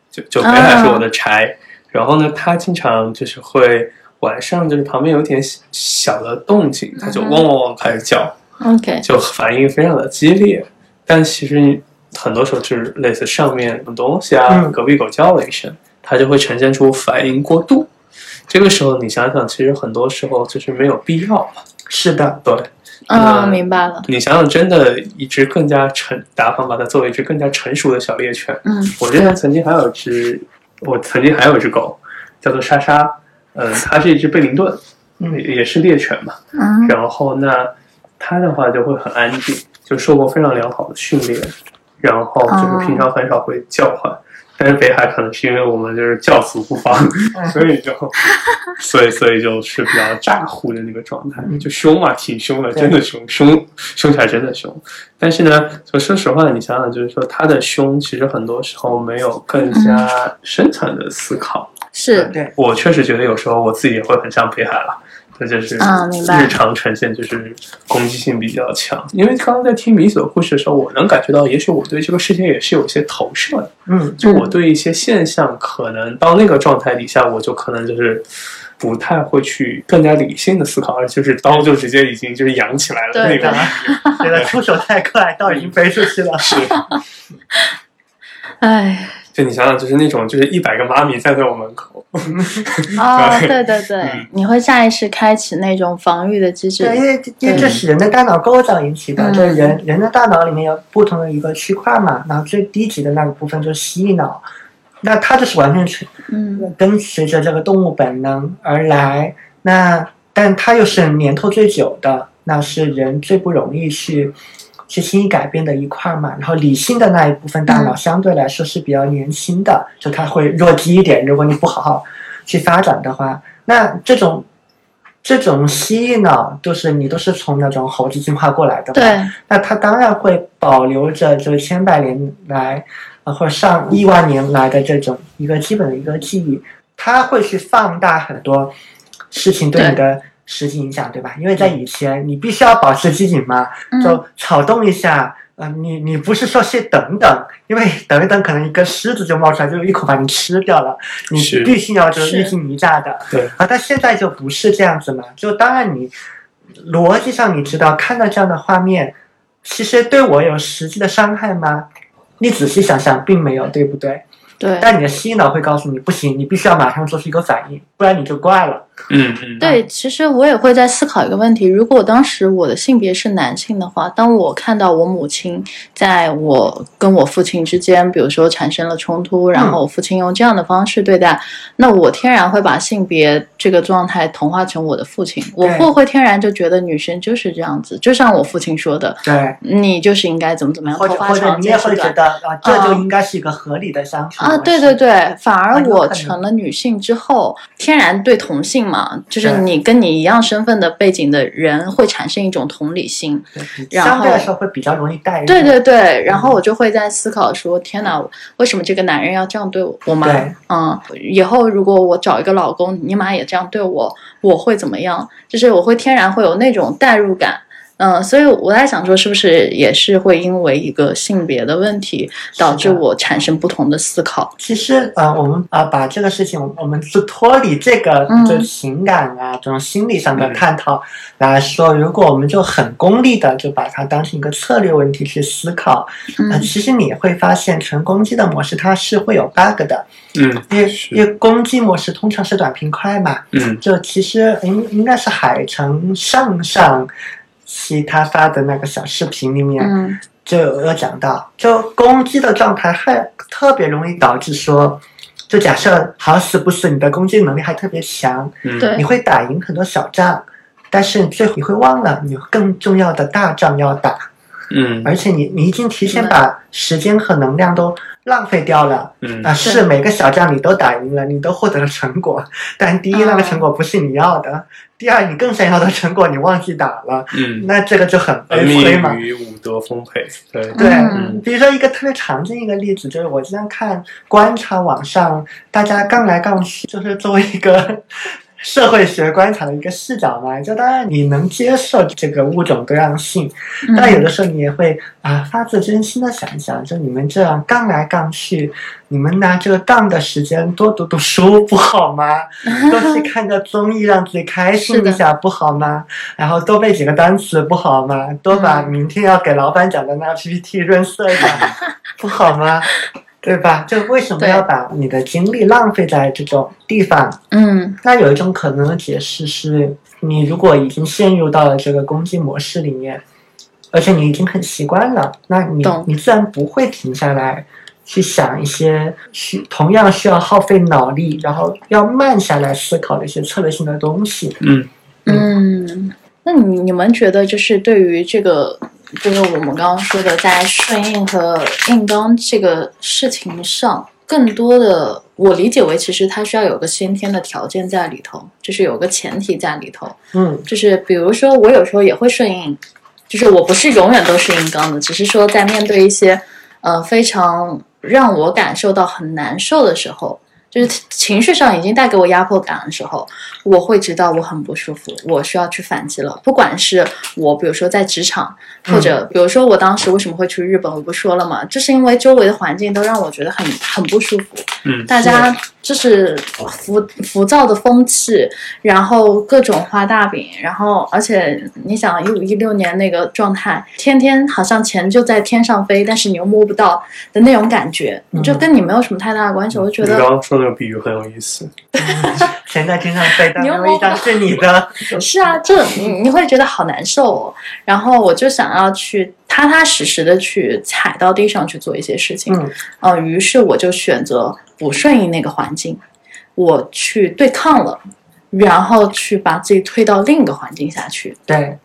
B: 就就北海
C: 啊
B: 是我的柴，然后呢，他经常就是会晚上就是旁边有点小小的动静，他就
C: 嗯
B: 汪
C: 哼
B: 汪汪开始叫。
C: OK，
B: 就反应非常的激烈。但其实你很多时候就是类似上面什么东西啊，
D: 嗯
B: 隔壁狗叫了一声，它就会呈现出反应过度。这个时候你想想，其实很多时候就是没有必要嘛。
D: 是的，
B: 对
C: 嗯，
D: 呃
B: 嗯
C: 明白了，
B: 你想想，真的一只更加成打法把它作为一只更加成熟的小猎犬。
C: 嗯，
B: 我之前曾经还有一只，我曾经还有一只狗叫做莎莎，嗯，它是一只贝灵顿，
D: 嗯
B: 也是猎犬嘛。
C: 嗯
B: 然后呢，它的话就会很安静，就受过非常良好的训练，然后就是平常很少会叫唤。但是北海可能是因为我们就是教死不防， <laughs> 所以就，所以所以就是比较咋呼的那个状态，就凶嘛，挺凶的，
D: 对
B: 真的凶，凶凶起来真的凶。但是呢，就说实话，你想想，就是说它的凶，其实很多时候没有更加深层的思考。
C: 是
D: 对，
B: 我确实觉得有时候我自己也会很像北海了，这就是
C: 啊明白
B: 日常呈现就是攻击性比较强。因为刚刚在听米索故事的时候，我能感觉到，也许我对这个世界也是有一些投射的。
D: 嗯
B: 就我对一些现象，可能到那个状态底下，我就可能就是不太会去更加理性的思考，而就是刀就直接已经就是扬起来了
C: 对
B: 那
C: 的
B: 个。
D: 觉得出手太快，刀已经飞出去
C: <laughs>
D: 了，
B: 是，
C: 哎，
B: 就你想想，就是那种就是一百个妈咪站在我门口，
D: <laughs>
C: 哦，对对对
B: 嗯，
C: 你会下意识开启那种防御的机制，
D: 对，因为因为这是人的大脑构造引起的，
C: 嗯
D: 就是人人的大脑里面有不同的一个区块嘛，然后最低级的那个部分就是蜥蜴脑，那它就是完全是
C: 嗯
D: 跟随着这个动物本能而来，那但它又是年头最久的，那是人最不容易去。去轻易改变的一块嘛，然后理性的那一部分大脑
C: 嗯
D: 相对来说是比较年轻的，就它会弱鸡一点。如果你不好好去发展的话，那这种这种蜥蜴脑，就是你都是从那种猴子进化过来的，
C: 对。，
D: 那它当然会保留着就是千百年来，啊或者上亿万年来的这种一个基本的一个记忆，它会去放大很多事情对你的实际影响，对吧？因为在以前，你必须要保持机警嘛，
C: 嗯
D: 就草动一下。啊、你你不是说先等等，因为等一等，可能一个狮子就冒出来，就一口把你吃掉了。你
B: 是
D: 必须要就是
C: 是
D: 预警一炸的，
B: 对
D: 啊，但现在就不是这样子嘛。就当然你逻辑上你知道看到这样的画面，其实对我有实际的伤害吗？你仔细想想，并没有，对不对？
C: 对
D: 但你的心脑会告诉你，不行，你必须要马上做出一个反应，不然你就怪了。
B: 嗯嗯，
C: 对，其实我也会在思考一个问题：如果当时我的性别是男性的话，当我看到我母亲在我跟我父亲之间，比如说产生了冲突，
D: 嗯
C: 然后我父亲用这样的方式对待，那我天然会把性别这个状态同化成我的父亲，我
D: 对
C: 会会天然就觉得女生就是这样子，就像我父亲说的，
D: 对，
C: 你就是应该怎么怎么样，
D: 或者
C: 头发
D: 或者
C: 长
D: 你也
C: 见
D: 会
C: 识
D: 觉
C: 短。
D: 得啊，这就
C: 嗯
D: 应该是一个合理的相处
C: 啊，
D: 模
C: 对
D: 式
C: 对，对，反而
D: 很有
C: 我
D: 可能
C: 成了女性之后，天然对同性嘛，就是
D: 对
C: 你跟你一样身份的背景的人会产生一种同理心。
D: 对
C: 然
D: 相对来
C: 后
D: 说会比较容易带入。
C: 对对对，然
D: 嗯
C: 后我就会在思考说，天哪，为什么这个男人要这样对我妈
D: 对？
C: 嗯，以后如果我找一个老公，你妈也这样对我，我会怎么样？就是我会天然会有那种代入感。嗯，所以我在想说，是不是也是会因为一个性别的问题，导致我产生不同的思考？嗯
D: 其实，呃，我们啊、呃把这个事情，我们是脱离这个
C: 嗯
D: 就情感啊、这种心理上的
B: 嗯
D: 探讨来说，如果我们就很功利的就把它当成一个策略问题去思考，
C: 嗯
D: 呃，其实你会发现，纯攻击的模式它是会有 bug 的，
B: 嗯
D: 因为
B: 是
D: 因为攻击模式通常是短平快嘛，
B: 嗯
D: 就其实应应该是海城上上期他发的那个小视频里面，
C: 嗯
D: 就有讲到，就攻击的状态还特别容易导致说，就假设好死不死你的攻击能力还特别强，
B: 嗯，
C: 对
D: 你会打赢很多小仗，但是最后你会忘了，你有更重要的大仗要打，
B: 嗯
D: 而且你你已经提前把时间和能量都浪费掉了。
B: 嗯
D: 啊，是每个小仗你都打赢了，你都获得了成果， <laughs> 但第一那个成果不是你要的，第二你更想要的成果你忘记打了，
B: 嗯，
D: 那这个就很
B: 呃
D: 悲催嘛
B: 命。与武德丰沛，对，
D: 对，
A: 嗯
D: 比如说一个特别常见一个例子，就是我经常看观察网上大家杠来杠去，就是作为一个 <laughs> 社会学观察的一个视角嘛，就当然你能接受这个物种多样性，
A: 嗯
D: 但有的时候你也会啊发自真心的想一想，就你们这样杠来杠去，你们拿这个杠的时间多读读书不好吗？
C: <laughs> 嗯
D: 多去看个综艺让自己开
A: 是
D: 心
A: 的
D: 一下不好吗？然后多背几个单词不好吗？多把
C: 嗯
D: 明天要给老板讲的那个 PPT 润色一下不好吗？对吧？就为什么
C: 对
D: 要把你的精力浪费在这种地方？
A: 嗯
D: 那有一种可能的解释是，你如果已经陷入到了这个攻击模式里面，而且你已经很习惯了，那你
A: 懂
D: 你自然不会停下来去想一些需同样需要耗费脑力，然后要慢下来思考的一些策略性的东西。
B: 嗯
A: 嗯
C: 那你你们觉得，就是对于这个，就是我们刚刚说的，在顺应和硬刚这个事情上，更多的我理解为，其实它需要有个先天的条件在里头，就是有个前提在里头，
D: 嗯
C: 就是比如说我有时候也会顺应，就是我不是永远都是硬刚的，只是说在面对一些呃非常让我感受到很难受的时候。就是情绪上已经带给我压迫感的时候，我会知道我很不舒服，我需要去反击了。不管是我，比如说在职场，或者比如说我当时为什么会去日本，我不说了嘛，就是因为周围的环境都让我觉得很很不舒服。
B: 嗯
C: 大家就是浮浮躁的风气，然后各种画大饼，然后而且你想一五一六年那个状态，天天好像钱就在天上飞，但是你又摸不到的那种感觉，
D: 嗯
C: 就跟你没有什么太大的关系。我就觉
B: 你
C: 得
B: 刚刚说那个比喻很有意思，
D: 钱在天上飞，但
C: 你
D: <laughs> 没
C: 又
D: 有
C: 摸
D: 一
C: 不到
D: 张是你 <laughs> 的。
C: 是啊，这你你会觉得好难受哦。然后我就想要去踏踏实实的去踩到地上去做一些事情。
D: 嗯
C: 呃，于是我就选择不顺应那个环境，我去对抗了，然后去把自己推到另一个环境下去。
D: 对，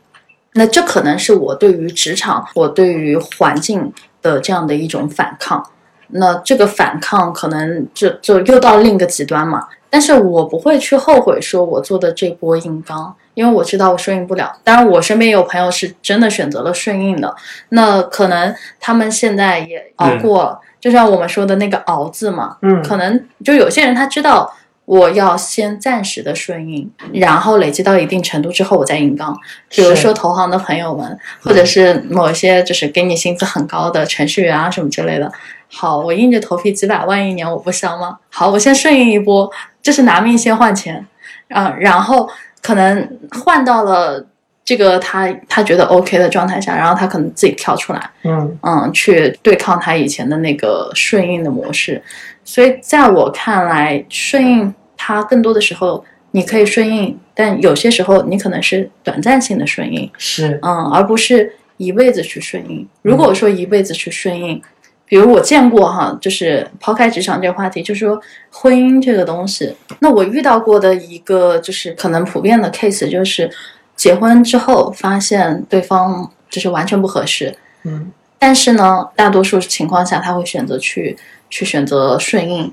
C: 那这可能是我对于职场、我对于环境的这样的一种反抗。那这个反抗可能就就又到另一个极端嘛。但是我不会去后悔说我做的这波硬刚，因为我知道我顺应不了。当然，我身边也有朋友是真的选择了顺应的，那可能他们现在也熬过，就像我们说的那个“熬”字嘛，
D: 嗯
C: 可能就有些人他知道我要先暂时的顺应，然后累积到一定程度之后我再硬刚。比如
D: 嗯是嗯
C: 说投行的朋友们，或者是某一些就是给你薪资很高的程序员啊什么之类的。好，我硬着头皮几百万一年我不香吗？好，我先顺应一波，这是拿命先换钱啊，然后可能换到了这个他他觉得 OK 的状态下，然后他可能自己跳出来。
D: 嗯
C: 嗯，去对抗他以前的那个顺应的模式。所以在我看来，顺应它更多的时候你可以顺应，但有些时候你可能是短暂性的顺应，
D: 是
C: 嗯，而不是一辈子去顺应。如果说一辈子去顺应，比如我见过哈，就是抛开职场这个话题，就是说婚姻这个东西，那我遇到过的一个就是可能普遍的 case 就是，结婚之后发现对方就是完全不合适，
D: 嗯
C: 但是呢，大多数情况下他会选择去去选择顺应，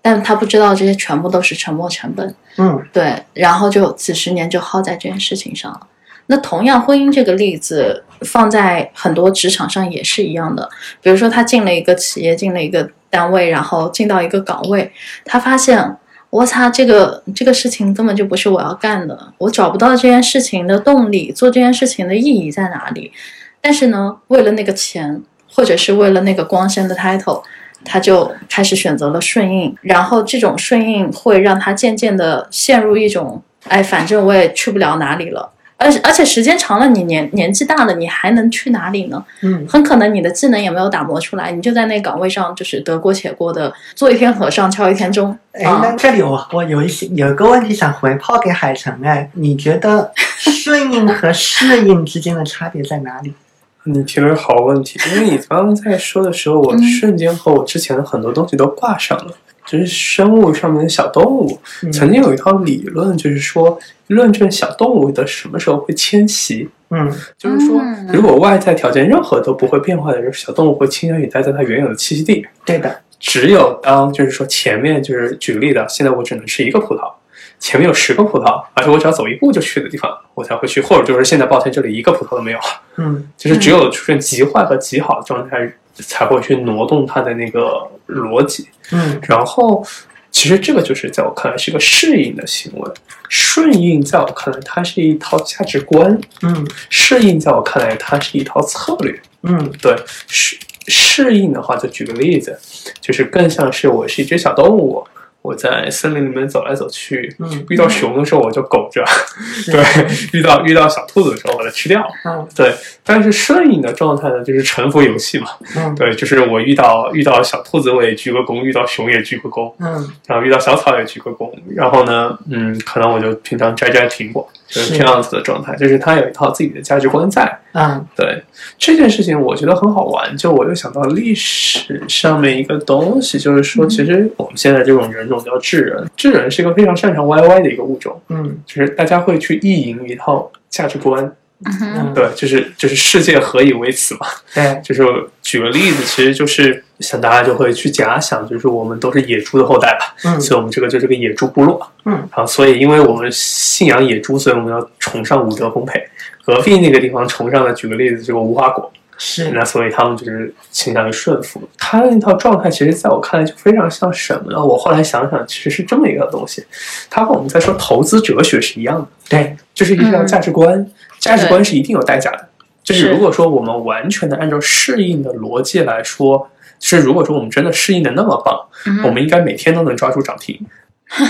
C: 但他不知道这些全部都是沉没成本，
D: 嗯
C: 对，然后就几十年就耗在这件事情上了。那同样，婚姻这个例子放在很多职场上也是一样的。比如说，他进了一个企业，进了一个单位，然后进到一个岗位，他发现，我擦，这个这个事情根本就不是我要干的，我找不到这件事情的动力，做这件事情的意义在哪里？但是呢，为了那个钱，或者是为了那个光鲜的 title，他就开始选择了顺应，然后这种顺应会让他渐渐的陷入一种，哎，反正我也去不了哪里了。而且而且时间长了，你年年纪大了，你还能去哪里呢？
D: 嗯
C: 很可能你的技能也没有打磨出来，你就在那岗位上就是得过且过的做一天和尚敲一天钟。
D: 哎，
C: 啊
D: 那这里我我有一些有一个问题想回抛给海城哎，你觉得顺应和适应之间的差别在哪里？
B: 你提了个
C: 嗯
B: 好问题，因为你刚刚在说的时候，我瞬间和我之前的很多东西都挂上了。就是生物上面的小动物。
D: 嗯
B: 曾经有一套理论，就是说论证小动物的什么时候会迁徙，
D: 嗯
B: 就是说
C: 嗯
B: 如果外在条件任何都不会变化的时候，小动物会倾向于待在它原有的栖息地。
D: 对的，
B: 只有当就是说前面就是举个例子，啊现在我只能吃一个葡萄，前面有十个葡萄，而且我只要走一步就去的地方，我才会去，或者就是现在抱歉，这里一个葡萄都没有，
D: 嗯
B: 就是只有出现极坏和极好的状态，才会去挪动它的那个逻辑。
D: 嗯
B: 然后，其实这个就是在我看来是个适应的行为，顺应在我看来它是一套价值观，
D: 嗯
B: 适应在我看来它是一套策略。
D: 嗯
B: 对，适适应的话，就举个例子，就是更像是我是一只小动物，我在森林里面走来走去，
D: 嗯
B: 遇到熊的时候我就苟着， <laughs> 对，遇到遇到小兔子的时候把它吃掉，
D: 嗯
B: 对。但是顺应的状态呢，就是臣服游戏嘛，
D: 嗯
B: 对，就是我遇到遇到小兔子我也鞠个躬，遇到熊也鞠个躬，
D: 嗯，
B: 然后遇到小草也鞠个躬，然后呢，嗯，可能我就平常摘摘苹果，就是
D: 是
B: 这样子的状态，就是它有一套自己的价值观在。
D: 嗯
B: 对这件事情，我觉得很好玩。就我又想到历史上面一个东西，就是
D: 嗯
B: 说，其实我们现在这种人种叫智人，智人是一个非常擅长 YY 的一个物种，
D: 嗯
B: 就是大家会去意淫一套价值观，
C: 嗯哼，
D: 嗯，
B: 对，就是就是世界何以为此嘛。
D: 对，
B: 就是举个例子，其实就是想大家就会去假想，就是我们都是野猪的后代吧，
D: 嗯
B: 所以我们这个就是个野猪部落。
D: 嗯
B: 然后所以因为我们信仰野猪，所以我们要崇尚武德丰沛。隔壁那个地方崇尚的，举个例子，就是无花果。
D: 是
B: 那所以他们就是倾向于顺服。他的那套状态，其实在我看来就非常像什么呢？我后来想想，其实是这么一个东西，它和我们在说投资哲学是一样的，
D: 对，
B: 就是一条
C: 嗯
B: 价值观，价值观是一定有代价的。就是
C: 是
B: 如果说我们完全的按照适应的逻辑来说，就是如果说我们真的适应的那么棒，
C: 嗯哼
B: 我们应该每天都能抓住涨停。
C: <laughs>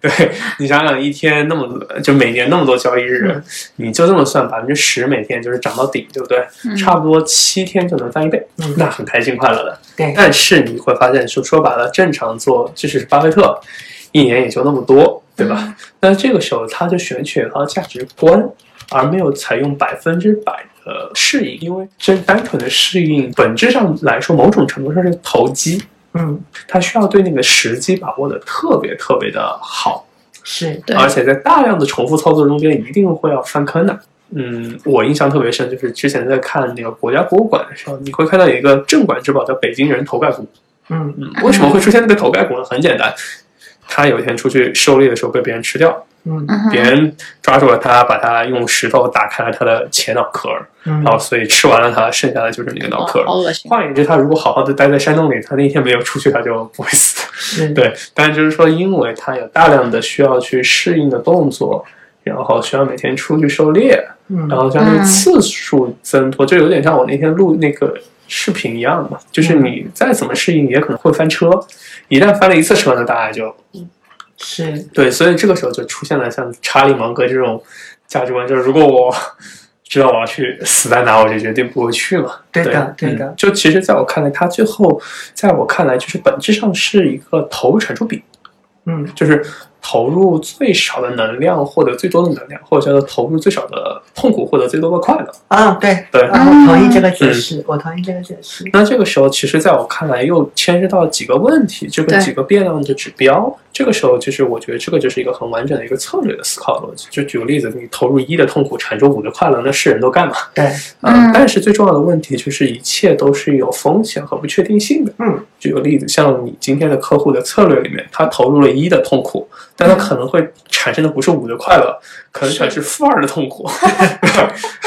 B: 对你想想，一天那么多，就每年那么多交易日，
C: 嗯
B: 你就这么算，百分之十每天就是涨到顶，对不对？
C: 嗯
B: 差不多七天就能翻一倍，
D: 嗯
B: 那很开心快乐的。
D: 对
B: 但是你会发现，说说白了，正常做就是巴菲特，一年也就那么多，对吧？
C: 嗯
B: 那这个时候他就选取了价值观，而没有采用百分之百的适应，因为这单纯的适应，本质上来说，某种程度上是投机。
D: 嗯
B: 他需要对那个时机把握的特别特别的好，
D: 是
C: 对
B: 而且在大量的重复操作中间一定会要翻坑的。嗯，我印象特别深，就是之前在看那个国家博物馆的时候，你会看到有一个镇馆之宝叫北京人头盖骨。
D: 嗯
B: 嗯，为什么会出现这个头盖骨呢？很简单，他有一天出去狩猎的时候被别人吃掉，
D: 嗯
C: 嗯哼
B: 别人抓住了他，把他用石头打开了他的前脑壳，
D: 嗯
B: 然后所以吃完了他，剩下的就是那个脑
C: 哇
B: 壳。
C: 好恶心，
B: 换言之，他如果好好的待在山洞里，他那天没有出去，他就不会死。
D: 是
B: 对，但就是说，因为它有大量的需要去适应的动作，然后需要每天出去狩猎，
D: 嗯
B: 然后像那个次数增多，就有点像我那天录那个视频一样嘛，就是
D: 嗯
B: 你再怎么适应，也可能会翻车。一旦翻了一次车呢，大家就是对，所以这个时候就出现了像查理芒格这种价值观，就是如果我 <laughs> 知道我要去死在哪，我就决定不会去嘛。
D: 对的
B: 对
D: 对的
B: 嗯就其实，在我看来，它最后在我看来，就是本质上是一个投产出比。
D: 嗯
B: 就是投入最少的能量获得最多的能量，或者叫做投入最少的痛苦获得最多的快乐。
D: 啊对
B: 对
D: 啊我同意这个
B: 嗯
D: 解释，我同意这个解释，
B: 那这个时候，其实在我看来又牵涉到几个问题，这个
C: 对
B: 几个变量的指标。这个时候，就是我觉得这个就是一个很完整的一个策略的思考逻辑。就举个例子，你投入一的痛苦，产出五的快乐，那是人都干嘛？
D: 对，
C: 嗯
B: 呃但是最重要的问题就是，一切都是有风险和不确定性的。
D: 嗯，
B: 举个例子，像你今天的客户的策略里面，他投入了一的痛苦，但他
D: 嗯
B: 可能会产生的不是五的快乐，可能产生负二的痛苦。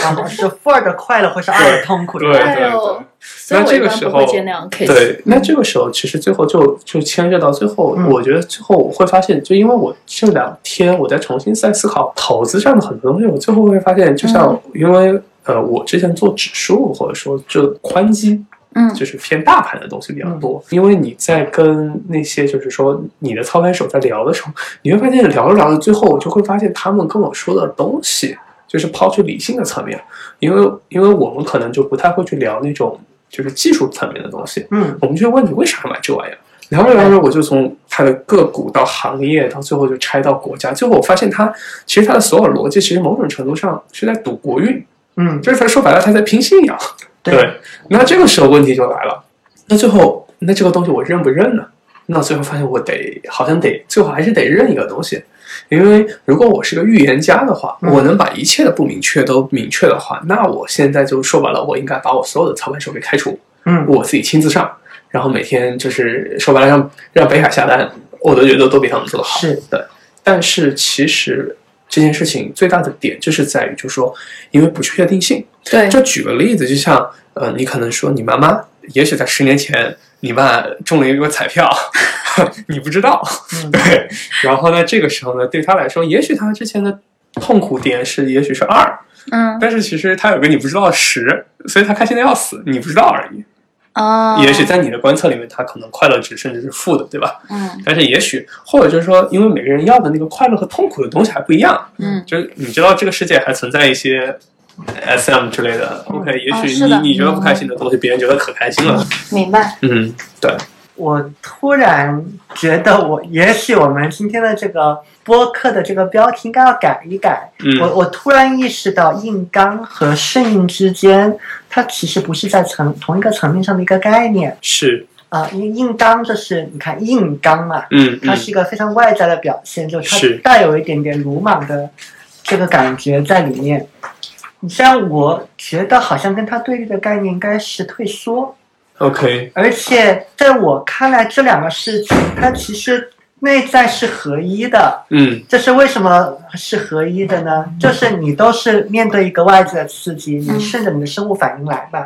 D: 然后是负二的快乐或是二的痛苦，
B: 对对
C: 哎呦，所以
B: 那
C: 我
B: 这
C: 一
B: 个
C: 般
B: 时
C: 不会
B: 候
C: 接那样的 case，
B: 对，那这个时候其实最后就就牵涉到最后，
D: 嗯
B: 我觉得最后我会发现，就因为我这两天我在重新在思考投资上的很多东西，我最后会发现，就像
D: 嗯
B: 因为呃，我之前做指数或者说就宽基，
C: 嗯
B: 就是偏大盘的东西比较多，因为你在跟那些就是说你的操盘手在聊的时候，你会发现聊着聊着，最后我就会发现他们跟我说的东西，就是抛去理性的层面，因为因为我们可能就不太会去聊那种就是技术层面的东西，
D: 嗯
B: 我们就问你为啥要买这玩意儿。聊着聊着，我就从它的个股到行业，到最后就拆到国家。最后我发现它其实它的所有逻辑，其实某种程度上是在赌国运，
D: 嗯
B: 就是他说白了，他在拼信仰。
D: 对，
B: 那这个时候问题就来了，那最后那这个东西我认不认呢？那最后发现我得好像得最后还是得认一个东西，因为如果我是个预言家的话，
D: 嗯
B: 我能把一切的不明确都明确的话，那我现在就说白了，我应该把我所有的操盘手给开除，
D: 嗯，
B: 我自己亲自上，然后每天就是说白了让让北海下单，我都觉得都比他们做的好。
D: 是
B: 但是其实这件事情最大的点就是在于，就是说因为不确定性。
C: 对
B: 就举个例子，就像呃，你可能说你妈妈，也许在十年前你爸中了一个彩票， <laughs> 你不知道，
D: 嗯
B: 对。然后呢，这个时候呢，对他来说，也许他之前的痛苦点是，也许是二，
C: 嗯
B: 但是其实他有个你不知道的十，所以他开心的要死，你不知道而已。
C: 哦，
B: 也许在你的观测里面，他可能快乐值甚至是负的，对吧？
C: 嗯
B: 但是也许，或者就是说，因为每个人要的那个快乐和痛苦的东西还不一样，
C: 嗯
B: 就是你知道这个世界还存在一些 SM 之类的
D: 嗯
B: ，OK，也
C: 哦
B: 许
C: 是
B: 你、
C: 的
B: 你觉得不开心的东西，别人觉得可开心了。
C: 明白
B: 嗯，对，
D: 我突然觉得我，也许我们今天的这个播客的这个标题应该要改一改。
B: 嗯
D: 我我突然意识到，硬刚和顺应之间，它其实不是在层同一个层面上的一个概念
B: 是，
D: 啊、因为硬刚就是你看硬刚嘛，
B: 嗯
D: 它
B: 嗯
D: 是一个非常外在的表现，就是
B: 是
D: 它带有一点点鲁莽的这个感觉在里面。你像我觉得好像跟它对立的概念应该是退缩，
B: ，OK，
D: 而且在我看来，这两个事情它其实内在是合一的。
B: 嗯
D: 这是为什么是合一的呢？就是你都是面对一个外界的刺激，你
C: 嗯
D: 顺着你的生物反应来嘛。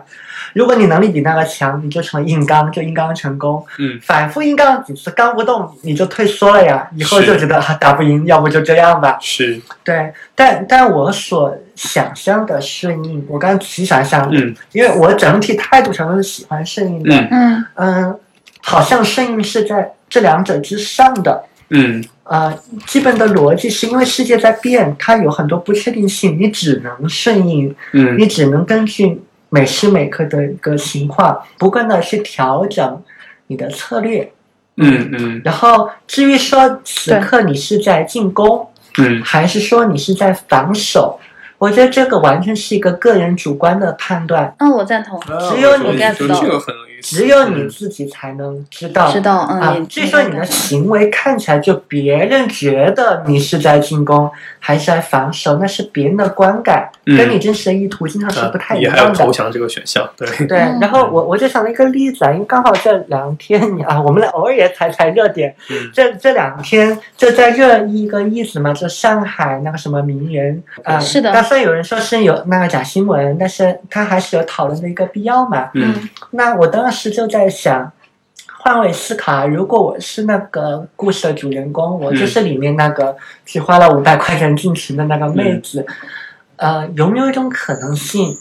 D: 如果你能力比那个强，你就成了硬刚，就硬刚成功。
B: 嗯，
D: 反复硬刚几次刚不动，你就退缩了呀。以后
B: 是
D: 就觉得 <laughs> 啊打不赢，要不就这样吧。
B: 是，
D: 对，但但我所想象的顺应，我刚刚仔细想一想，
B: 嗯
D: 因为我整体态度上都是喜欢顺应的。
B: 嗯
C: 嗯
D: 嗯，好像顺应是在这两者之上的。
B: 嗯
D: 呃，基本的逻辑是因为世界在变，它有很多不确定性，你只能顺应，
B: 嗯
D: 你只能根据每时每刻的一个情况，不断的去调整你的策略。
B: 嗯嗯
D: 然后，至于说此刻你是在进攻，
B: 嗯，
D: 还是说你是在防守，我觉得这个完全是一个个人主观的判断，
C: 嗯，我赞同，
B: 哦
D: 只有你
B: 我觉得
C: get
B: 就
C: 到
B: 这个很有意思，嗯
D: 只有你自己才能知道。
C: 知道
D: 啊
C: 嗯，也，
D: 据说你的行为看起来就别人觉得你是在进攻还是在防守，那是别人的观感，
B: 嗯
D: 跟你真实的意图经常是
B: 啊
D: 不太一
B: 也还有
D: 样的
B: 投。降这个选项，对，
D: 对，
C: 嗯
D: 然后我我就想了一个例子啊，因为刚好这两天啊，我们俩偶尔也踩踩热点，
B: 嗯
D: 这这两天就在热议一个例子嘛，就上海那个什么名人啊，
C: 是的
D: 但虽然有人说是有那个假新闻，但是他还是有讨论的一个必要嘛。
B: 嗯
D: 那我当时就在想，换位思考啊，如果我是那个故事的主人公，我就是里面那个只花了五百块钱进群的那个妹子，呃，有没有一种可能性，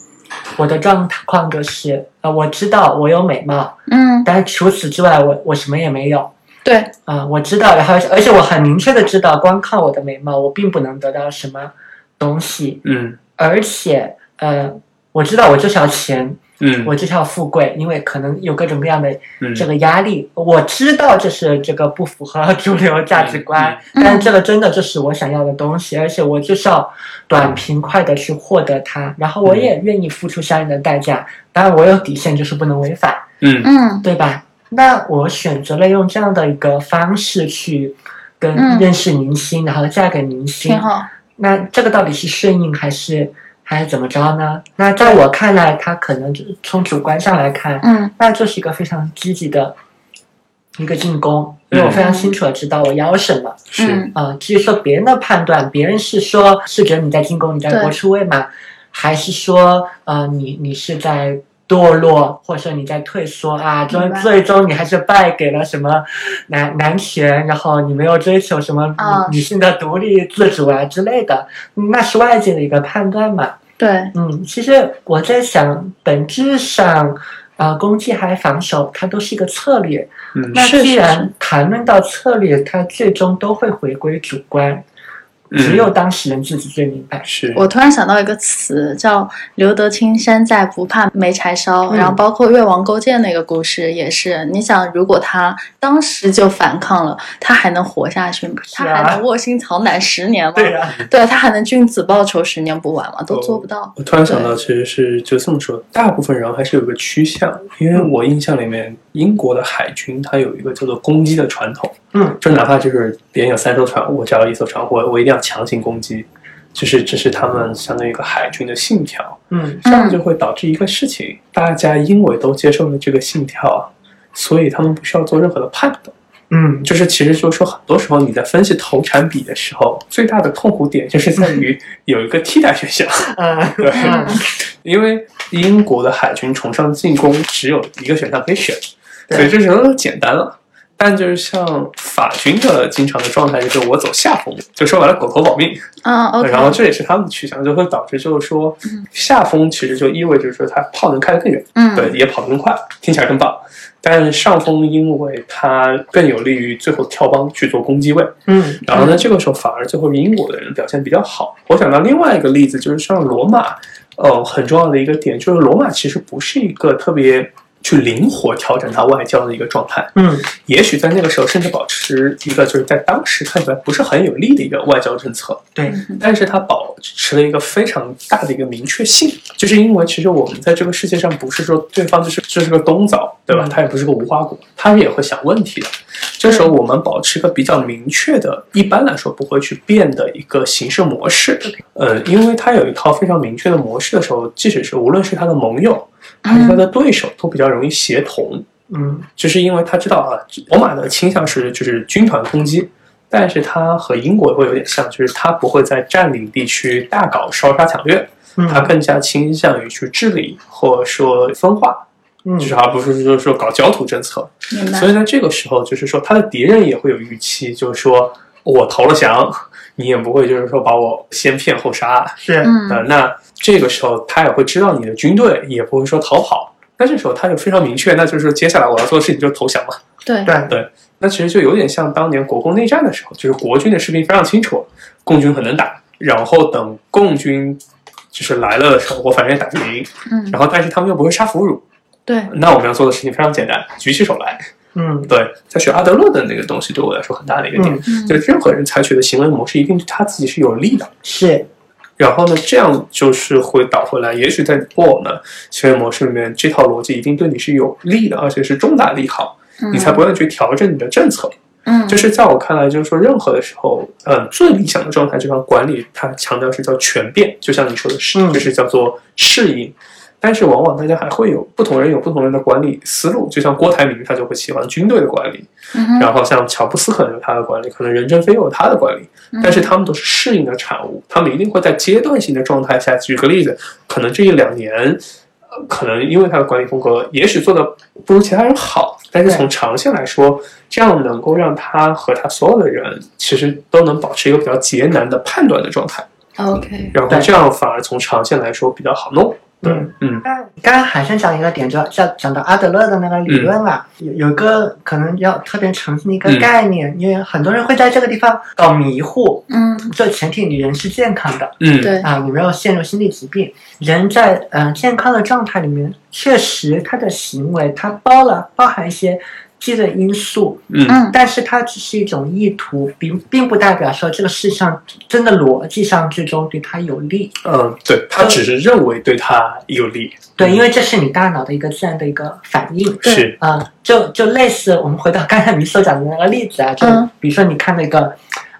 D: 我的状况就是，呃，我知道我有美貌，
C: 嗯，
D: 但是除此之外，我我什么也没有。
C: 对，
D: 啊、我知道，然后而且我很明确的知道，光靠我的美貌，我并不能得到什么东西，
B: 嗯
D: 而且，呃，我知道我就是要钱，
B: 嗯
D: 我就是要富贵，因为可能有各种各样的
B: 嗯，
D: 这个压力，我知道这是这个不符合 <laughs> 主流价值观，
C: 嗯嗯
D: 但这个真的就是我想要的东西，而且我就是要短
C: 嗯
D: 平快的去获得它，然后我也愿意付出相应的代价，当然我有底线，就是不能违法，
B: 嗯
C: 嗯
D: 对吧？那我选择了用这样的一个方式去跟
C: 嗯
D: 认识明星，然后嫁给明
C: 挺
D: 星，
C: 好，
D: 那这个到底是顺应还是还是怎么着呢？那在我看来，它可能就是从主观上来看，
C: 嗯
D: 那就是一个非常积极的一个进攻，因为我非常清楚的知道我要什么
B: 是
C: 嗯
D: 啊、至于说别人的判断，别人是说是觉得你在进攻，你在
C: 对
D: 搏出位嘛，还是说呃你你是在堕落，或者说你在退缩啊？
C: 明
D: 终
C: 白
D: 最终你还是败给了什么男男权，然后你没有追求什么
C: 啊
D: 女女性的独立自主啊之类的，那是外界的一个判断嘛。
C: 对，
D: 嗯，其实我在想，本质上，啊，攻击还防守，它都是一个策略。
B: 嗯
D: 那
C: 是
D: 既
C: 是
D: 然谈论到策略，它最终都会回归主观，
B: 嗯
D: 只有当事人自己最
B: <laughs>
D: 明白。
B: 是
A: 我突然想到一个词，叫留得青山在，不怕没柴烧。
D: 嗯
A: 然后包括越王勾践那个故事也是，你想，如果他当时就反抗了，他还能活下去吗？
D: 是
A: 他
D: 啊
A: 还能卧薪尝胆十年吗？
D: 对呀、
A: 对啊他还能君子报仇十年不晚吗？都
B: 哦
A: 做不到。
B: 我突然想到，其实是就这么说，大部分人还是有个趋向，因为我印象里面，英国的海军它有一个叫做攻击的传统，
D: 嗯，
B: 就哪怕就是别人有三艘船，我找到一艘船，我我一定要强行攻击，就是这是他们相当于一个海军的信条。
D: 嗯
B: 这样就会导致一个事情，大家因为都接受了这个信条，啊所以他们不需要做任何的判断。<laughs>
D: 嗯，
B: 就是其实就是说，很多时候你在分析投产比的时候，最大的痛苦点就是在
D: <laughs>
B: 于有一个替代选项。
D: 嗯
B: 对，因为英国的海军崇尚进攻，只有一个选项可以选，
D: 对
B: 所以这时候就简单了。但就是像法军的经常的状态就是我走下风，就说白了狗头保命。
A: 啊
C: 嗯，OK，
B: 然后这也是他们的去向，就会导致就是说，下风其实就意味着说它炮能开得更远，
C: 嗯，
B: 对，也跑得更快，听起来更棒。但上风因为它更有利于最后跳帮去做攻击位，
D: 嗯
B: 然后呢，这个时候反而最后英国的人表现比较好。我想到另外一个例子，就是像罗马，呃，很重要的一个点就是罗马其实不是一个特别去灵活调整它外交的一个状态，
D: 嗯
B: 也许在那个时候甚至保持一个就是在当时看起来不是很有利的一个外交政策。
D: 对，
A: 嗯
B: 但是它保持了一个非常大的一个明确性，就是因为其实我们在这个世界上不是说对方就是就是个东枣，对吧
D: 嗯？
B: 他也不是个无花果，他也会想问题的。这时候我们保持一个比较明确的，一般来说不会去变的一个行事模式，呃，因为它有一套非常明确的模式的时候，即使是无论是他的盟友还
C: 嗯
B: 是他的对手，都比较容易协同。
D: 嗯
B: 就是因为他知道啊，罗马的倾向是就是军团攻击，但是他和英国会有点像，就是他不会在占领地区大搞烧杀抢掠，
D: 嗯，
B: 他更加倾向于去治理或者说分化，
D: 嗯
B: 就是而不是说说搞焦土政策。
A: 嗯
C: 明白
B: 所以在这个时候，就是说他的敌人也会有预期，就是说我投了降，你也不会就是说把我先骗后杀，
D: 是
B: 呃，
C: 嗯
B: 那这个时候他也会知道你的军队也不会说逃跑。那这时候他就非常明确，那就是说接下来我要做的事情就是投降嘛。
C: 对
D: 对
B: 那其实就有点像当年国共内战的时候，就是国军的士兵非常清楚，共军很能打，然后等共军就是来了的时候，我反正也打不赢，
C: 嗯
B: 然后但是他们又不会杀俘虏，
C: 对
B: 那我们要做的事情非常简单，举起手来。
D: 嗯
B: 对，在学阿德勒的那个东西，对我来说很大的一个点，
D: 嗯
C: 嗯
B: 就任何人采取的行为模式，一定对他自己是有利的。
D: 是
B: 然后呢，这样就是会倒回来。也许在布偶呢行为模式里面，这套逻辑一定对你是有利的，而且是重大利好，你才不愿意去调整你的政策。
C: 嗯
B: 就是在我看来，就是说任何的时候，呃，最理想的状态，就像管理它强调是叫全变，就像你说的是，
D: 嗯
B: 就是叫做适应。但是往往大家还会有不同人有不同人的管理思路，就像郭台铭他就会喜欢军队的管理，
C: 嗯哼
B: 然后像乔布斯可能有他的管理，可能任正非有他的管理，但是他们都是适应的产物，他们一定会在阶段性的状态下。举个例子，可能这一两年，呃可能因为他的管理风格，也许做的不如其他人好，但是
D: 对
B: 从长线来说，这样能够让他和他所有的人其实都能保持一个比较节难的判断的状态，
C: OK
B: 然后
D: 对
B: 这样反而从长线来说比较好弄。对
D: 嗯，
B: 嗯
D: 那刚刚还是讲一个点，就讲讲到阿德勒的那个理论啊，有有一个可能要特别澄清的一个
B: 嗯
D: 概念，因为很多人会在这个地方搞迷糊。
C: 嗯
D: 就前提你人是健康的
B: 嗯，
C: 对
D: 啊，你没有陷入心理疾病，人在嗯、呃健康的状态里面，确实他的行为它包了包含一些积极的因素，
B: 嗯
C: 嗯
D: 但是它只是一种意图，并并不代表说这个事上真的逻辑上最终对他有利。
B: 嗯，对他只是认为对他有利，
D: 对，因为这是你大脑的一个自然的一个反应。
C: 对
B: 是
D: 啊、就就类似我们回到刚才你所讲的那个例子啊，就
C: 嗯
D: 比如说你看那个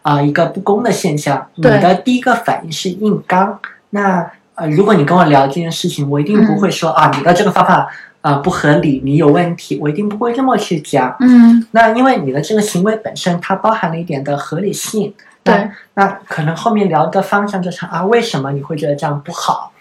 D: 啊、一个不公的现象，你
C: 对
D: 的第一个反应是硬刚。那呃，如果你跟我聊这件事情，我一定
C: 嗯
D: 不会说、啊，你的这个方法啊、不合理，你有问题，我一定不会这么去讲。
C: 嗯
D: 那因为你的这个行为本身，它包含了一点的合理性。
C: 对
D: 那可能后面聊的方向就是啊，为什么你会觉得这样不好？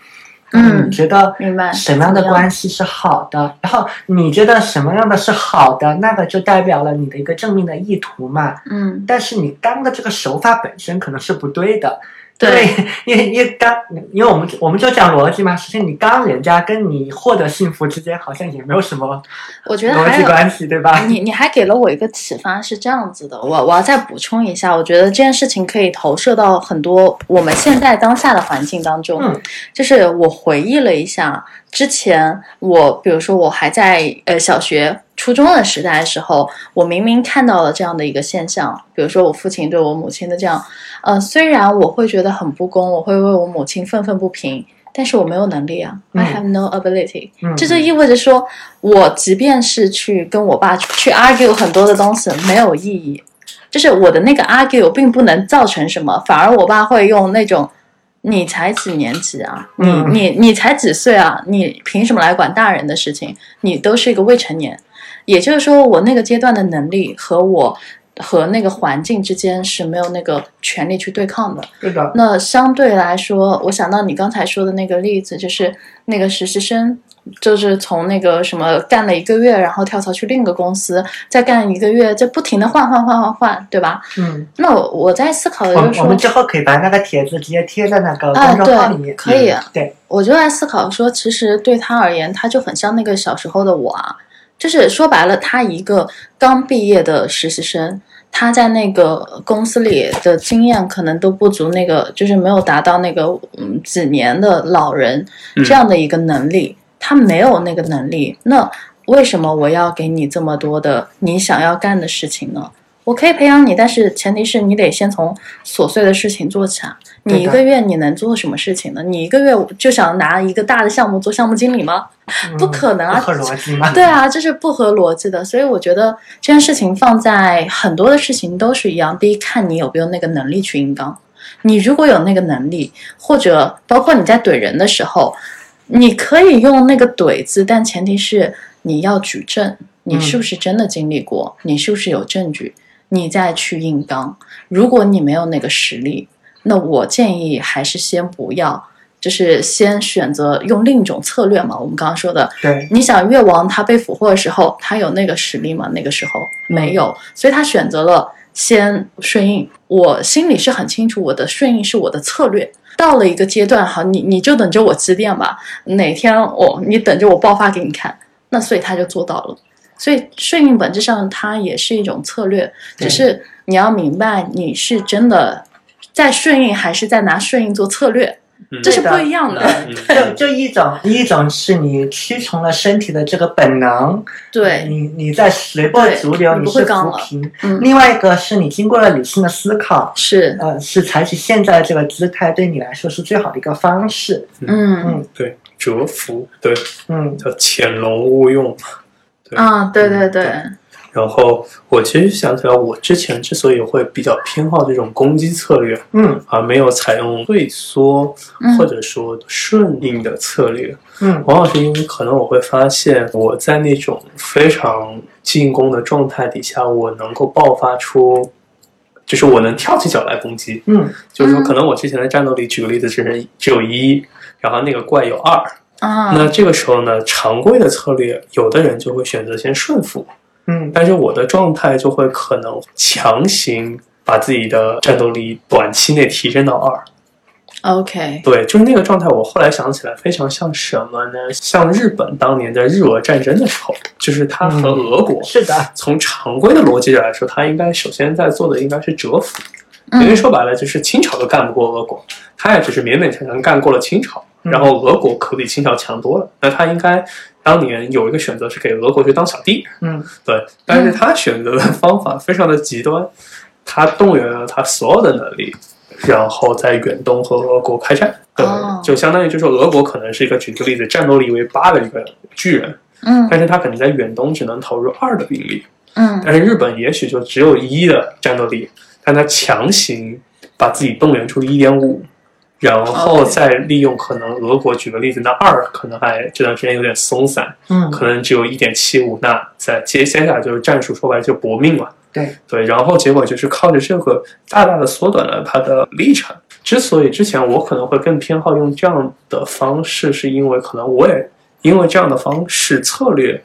C: 嗯
D: 你觉得
C: 明白
D: 什么样的关系是好的？然后你觉得什么样的是好的，那个就代表了你的一个正面的意图嘛。
C: 嗯
D: 但是你刚的这个手法本身可能是不对的，
C: 对
D: 因为因为因为刚，因为我们我们就讲逻辑嘛，首先你刚人家跟你获得幸福之间好像也没有什么
C: 我觉得
D: 逻
C: 还
D: 辑
C: 有
D: 关系，对吧？
C: 哎你你还给了我一个启发，是这样子的，我我要再补充一下，我觉得这件事情可以投射到很多我们现在当下的环境当中。
D: 嗯
C: 就是我回忆了一下之前我，比如说我还在呃小学、初中的时代的时候，我明明看到了这样的一个现象，比如说我父亲对我母亲的这样，呃，虽然我会觉得很不公，我会为我母亲愤愤不平，但是我没有能力啊、
D: 嗯
C: i have no ability。
D: 嗯，
C: 这就意味着说，我即便是去跟我爸去 argue 很多的东西，没有意义。就是我的那个 argue 并不能造成什么，反而我爸会用那种“你才几年级啊，你
D: 嗯
C: 你你才几岁啊，你凭什么来管大人的事情？你都是一个未成年。”也就是说，我那个阶段的能力和我和那个环境之间是没有那个权利去对抗的。
D: 对的，
C: 那相对来说，我想到你刚才说的那个例子，就是那个实习生，就是从那个什么干了一个月，然后跳槽去另一个公司，再干一个月，就不停的换换换换换，对吧？
D: 嗯，
C: 那我我在思考的
D: 我
C: 就
D: 们
C: 是
D: 哦我们
C: 说，
D: 之后可以把那个帖子直接贴在那个
C: 啊，
D: 公众号里
C: 对，
D: 面。嗯
C: 可以，
D: 对，
C: 我就在思考说，其实对他而言，他就很像那个小时候的我啊，就是说白了，他一个刚毕业的实习生，他在那个公司里的经验可能都不足那个，就是没有达到那个嗯几年的老人
B: 嗯
C: 这样的一个能力，他没有那个能力，那为什么我要给你这么多的你想要干的事情呢？我可以培养你，但是前提是你得先从琐碎的事情做起啊。
D: 对的
C: 你一个月你能做什么事情呢？你一个月就想拿一个大的项目做项目经理吗？
D: 嗯
C: 不可能啊
D: 不合逻辑嘛。
C: 对啊，这是不合逻辑的。所以我觉得这件事情放在很多的事情都是一样。第一，看你有没有那个能力去硬刚。你如果有那个能力，或者包括你在怼人的时候，你可以用那个怼字，但前提是你要举证，你是不是真的经历过，你是不是有证据，你再去硬刚。如果你没有那个实力，那我建议还是先不要。就是先选择用另一种策略嘛，我们刚刚说的，
D: 对，
C: 你想越王他被俘获的时候，他有那个实力吗？那个时候
D: 嗯
C: 没有，所以他选择了先顺应。我心里是很清楚，我的顺应是我的策略。到了一个阶段，好，你你就等着我指点吧，哪天我、你等着我爆发给你看。那所以他就做到了。所以顺应本质上它也是一种策略，
D: 对
C: 只是你要明白你是真的在顺应还是在拿顺应做策略，
B: 嗯
C: 这是
D: 对的
C: 不一样的。
B: 嗯
D: 就 <laughs> 就一种一种是你屈从了身体的这个本能，
C: 对，
D: 你你在随波
C: 对
D: 逐流，
C: 你
D: 你
C: 不
D: 是
C: 会刚
D: 扶
C: 了
D: 贫。
C: 嗯
D: 另外一个是你经过了理性的思考，
C: 是，
D: 呃，是采取现在这个姿态对你来说是最好的一个方式。
C: 嗯
B: 对，蛰伏，对，
D: 嗯，
B: 叫潜龙勿用。对
C: 啊，对对
B: 嗯
C: 对。
B: 对然后我其实想起来，我之前之所以会比较偏好这种攻击策略，
D: 嗯
B: 而没有采用退缩
C: 嗯
B: 或者说顺应的策略，
D: 嗯
B: 往往是因为可能我会发现，我在那种非常进攻的状态底下，我能够爆发出，就是我能跳起脚来攻击。
D: 嗯
B: 就是说，可能我之前的战斗力，举个例子，只是只有一，然后那个怪有二。
C: 啊，
B: 那这个时候呢，常规的策略，有的人就会选择先顺服，
D: 嗯，
B: 但是我的状态就会可能强行把自己的战斗力短期内提升到二。
C: OK，
B: 对，就是那个状态。我后来想起来，非常像什么呢？像日本当年在日俄战争的时候，就是它和
D: 嗯
B: 俄国。
D: 是的，
B: 从常规的逻辑来说，它应该首先在做的应该是折服，因为
C: 嗯
B: 说白了就是清朝都干不过俄国，它也只是勉勉强强干过了清朝，
D: 嗯
B: 然后俄国可比清朝强多了。那它应该当年有一个选择是给俄国去当小弟，
D: 嗯
B: 对，但是他选择的方法非常的极端，他动员了他所有的能力，然后在远东和俄国开战。对
C: 哦，
B: 就相当于就是俄国可能是一个举个例子，战斗力为八的一个巨人，
C: 嗯
B: 但是他可能在远东只能投入二的兵力，
C: 嗯
B: 但是日本也许就只有一的战斗力，但他强行把自己动员出一点五。然后
C: OK
B: 再利用可能俄国举个例子，那二可能还这段时间有点松散，
D: 嗯，
B: 可能只有一点七五，那在接接下来就是战术，说白了就搏命了。
D: 对
B: 对，然后结果就是靠着这个大大的缩短了它的历程。之所以之前我可能会更偏好用这样的方式，是因为可能我也因为这样的方式策略，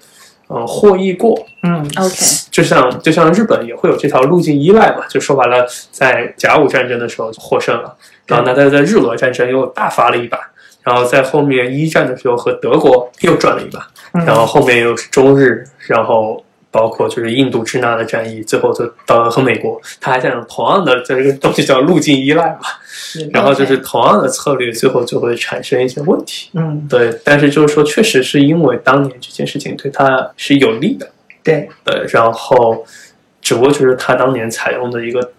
B: 嗯、获益过。
D: 嗯
C: ，OK，
B: 就像就像日本也会有这条路径依赖嘛，就说白了，在甲午战争的时候就获胜了，
D: 对
B: 然后呢，在在日俄战争又大发了一把，然后在后面一战的时候和德国又赚了一把，
D: 嗯，
B: 然后后面又是中日，然后包括就是印度支那的战役，最后就到了和美国，他还在用同样的这个东西叫路径依赖嘛，
D: 是
B: 然后就是
E: 嗯
B: 同样的策略，最后就会产生一些问题。
D: 嗯
B: 对，但是就是说，确实是因为当年这件事情对他是有利的，
D: 对
B: 对，然后只不过就是他当年采呃用的一个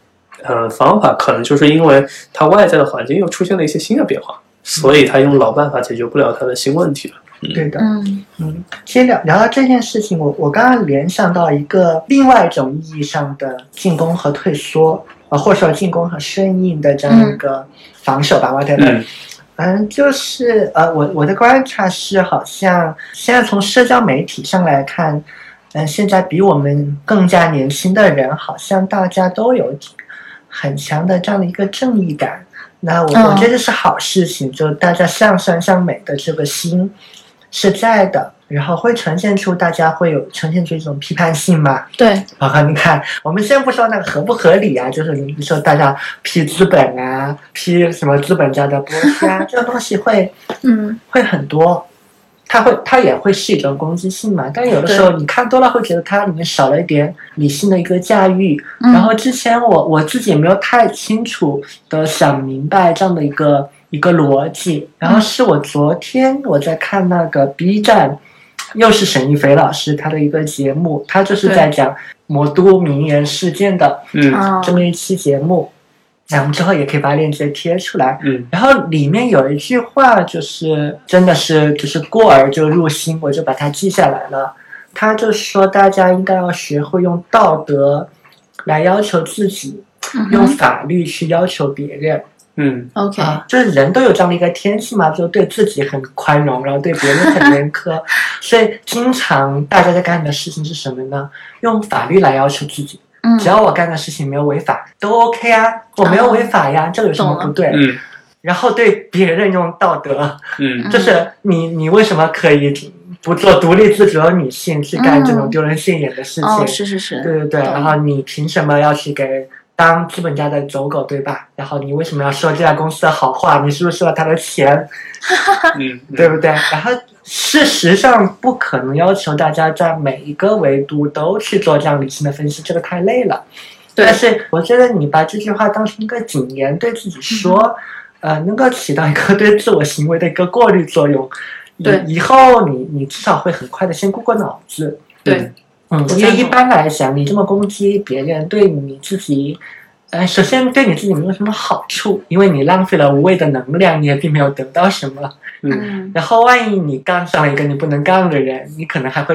B: 嗯方法，可能就是因为他外在的环境又出现了一些新的变化，所以他用老办法解决不了他的新问题了。
D: 对的，
C: 嗯
D: 嗯，其实聊聊到这件事情，我我刚刚联想到一个另外一种意义上的进攻和退缩，啊、或者说进攻和顺应的这样一个防守吧，whatever。
E: 嗯
D: 嗯，就是呃，我我的观察是，好像现在从社交媒体上来看，嗯、现在比我们更加年轻的人，好像大家都有很强的这样的一个正义感。那我我
C: 嗯
D: 觉得这是好事情，就大家向善向美的这个心是在的，然后会呈现出大家会有呈现出一种批判性嘛。
C: 对，
D: 啊，你看，我们先不说那个合不合理啊，就是你说大家批资本啊，批什么资本家的剥削啊，这个东西会
C: 嗯
D: 会很多，它会它也会是一种攻击性嘛。但有的时候你看多了，会觉得它里面少了一点理性的一个驾驭。
C: 嗯
D: 然后之前我我自己没有太清楚的想明白这样的一个一个逻辑，然后是我昨天我在看那个 B 站。又是沈一菲老师她的一个节目，她就是在讲魔都名媛事件的
E: 嗯
C: 啊
D: 这么一期节目，咱们之后也可以把链接贴出来。
E: 嗯，
D: 然后里面有一句话，就是真的是就是过而就入心，我就把它记下来了。他就说，大家应该要学会用道德来要求自己，
C: 嗯哼
D: 用法律去要求别人、
E: 嗯
C: ，OK，
D: 啊。就是人都有这样的一个天性嘛，就对自己很宽容，然后对别人很严
C: <laughs>
D: 苛。所以，经常大家在干的事情是什么呢？用法律来要求自己，
C: 嗯哦
D: 只要我干的事情没有违法，都 OK 啊，我没有违法呀，这个有什么
C: 懂了
D: 不对？
E: 嗯
D: 然后对别人用道德，
E: 嗯
C: 嗯
D: 就是你你为什么可以不做独立自主的女性去干这种丢人现眼的事
C: 嗯哦，
D: 情？
C: 是是是，
D: 对对对，
C: 懂
D: 然后你凭什么要去给当资本家的走狗，对吧？然后你为什么要说这家公司的好话？你是不是收了他的钱，
E: 嗯，
D: 对不对？然后事实上不可能要求大家在每一个维度都去做这样理性的分析，这个太累了。
C: 对
D: 但是我觉得你把这句话当成一个警言，对自己
C: 嗯
D: 说，呃，能够起到一个对自我行为的一个过滤作用。以
C: 对
D: 以后你你至少会很快的先过过脑子。
C: 对，
D: 嗯，
C: 我
D: 因为
C: 赞
D: 一
C: 同
D: 般来讲，你这么攻击别人，对你自己，呃，首先对你自己没有什么好处，因为你浪费了无谓的能量，你也并没有得到什么。
E: 嗯
C: 嗯
D: 然后万一你杠上了一个你不能杠的人，你可能还会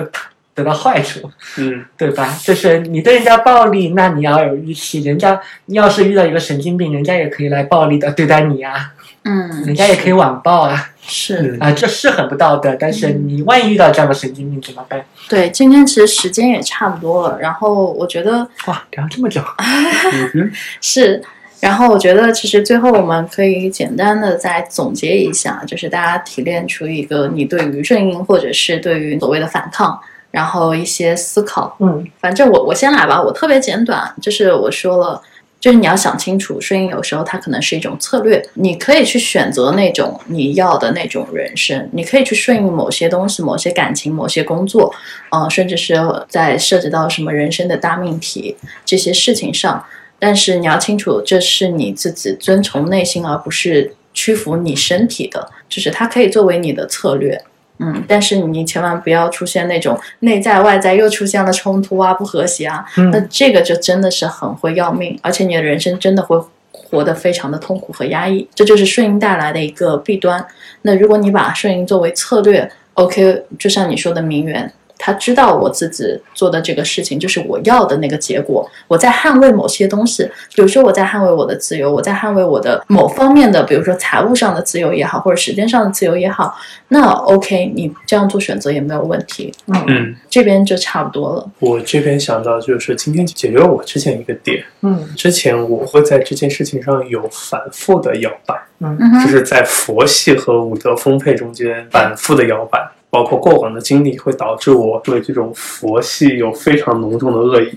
D: 得到坏处。
E: 嗯
D: 对吧？就是你对人家暴力，那你要有预期，人家要是遇到一个神经病，人家也可以来暴力的对待你啊，人
C: 嗯，
D: 家也可以网暴啊，
C: 是
E: 嗯
D: 啊，这是很不道德。但是你万一遇到这样的神经病怎么办？
C: 对。今天其实时间也差不多了，然后我觉得
D: 哇，聊这么久，
E: 嗯哼
C: 是，然后我觉得其实最后我们可以简单的再总结一下，就是大家提炼出一个你对于正音或者是对于所谓的反抗，然后一些思考。
D: 嗯
C: 反正我我先来吧，我特别简短，就是我说了，就是你要想清楚，顺应有时候它可能是一种策略，你可以去选择那种你要的那种人生，你可以去顺应某些东西、某些感情、某些工作，呃，甚至是在涉及到什么人生的大命题这些事情上，但是你要清楚，这是你自己遵从内心，而不是屈服你身体的，就是它可以作为你的策略。嗯，但是你千万不要出现那种内在外在又出现了冲突啊、不和谐啊，那
D: 嗯，
C: 这个就真的是很会要命，而且你的人生真的会活得非常的痛苦和压抑，这就是顺应带来的一个弊端。那如果你把顺应作为策略，OK，就像你说的名媛，他知道我自己做的这个事情就是我要的那个结果，我在捍卫某些东西，比如说我在捍卫我的自由，我在捍卫我的某方面的，比如说财务上的自由也好，或者时间上的自由也好，那 OK，你这样做选择也没有问题。
E: 嗯，
C: 这边就差不多了。
B: 我这边想到就是今天解决了我之前一个点，
D: 嗯
B: 之前我会在这件事情上有反复的摇摆，
C: 嗯
B: 就
C: 哼，
B: 是在佛系和武德丰沛中间反复的摇摆。包括过往的经历会导致我对这种佛系有非常浓重的恶意，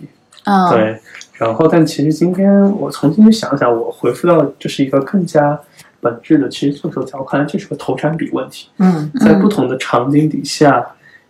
C: 嗯，
B: 对，然后但其实今天我重新去想想，我回复到就是一个更加本质的，其实这时候在我看来，这是个投产比问题，
D: 嗯
B: 在不同的场景底下，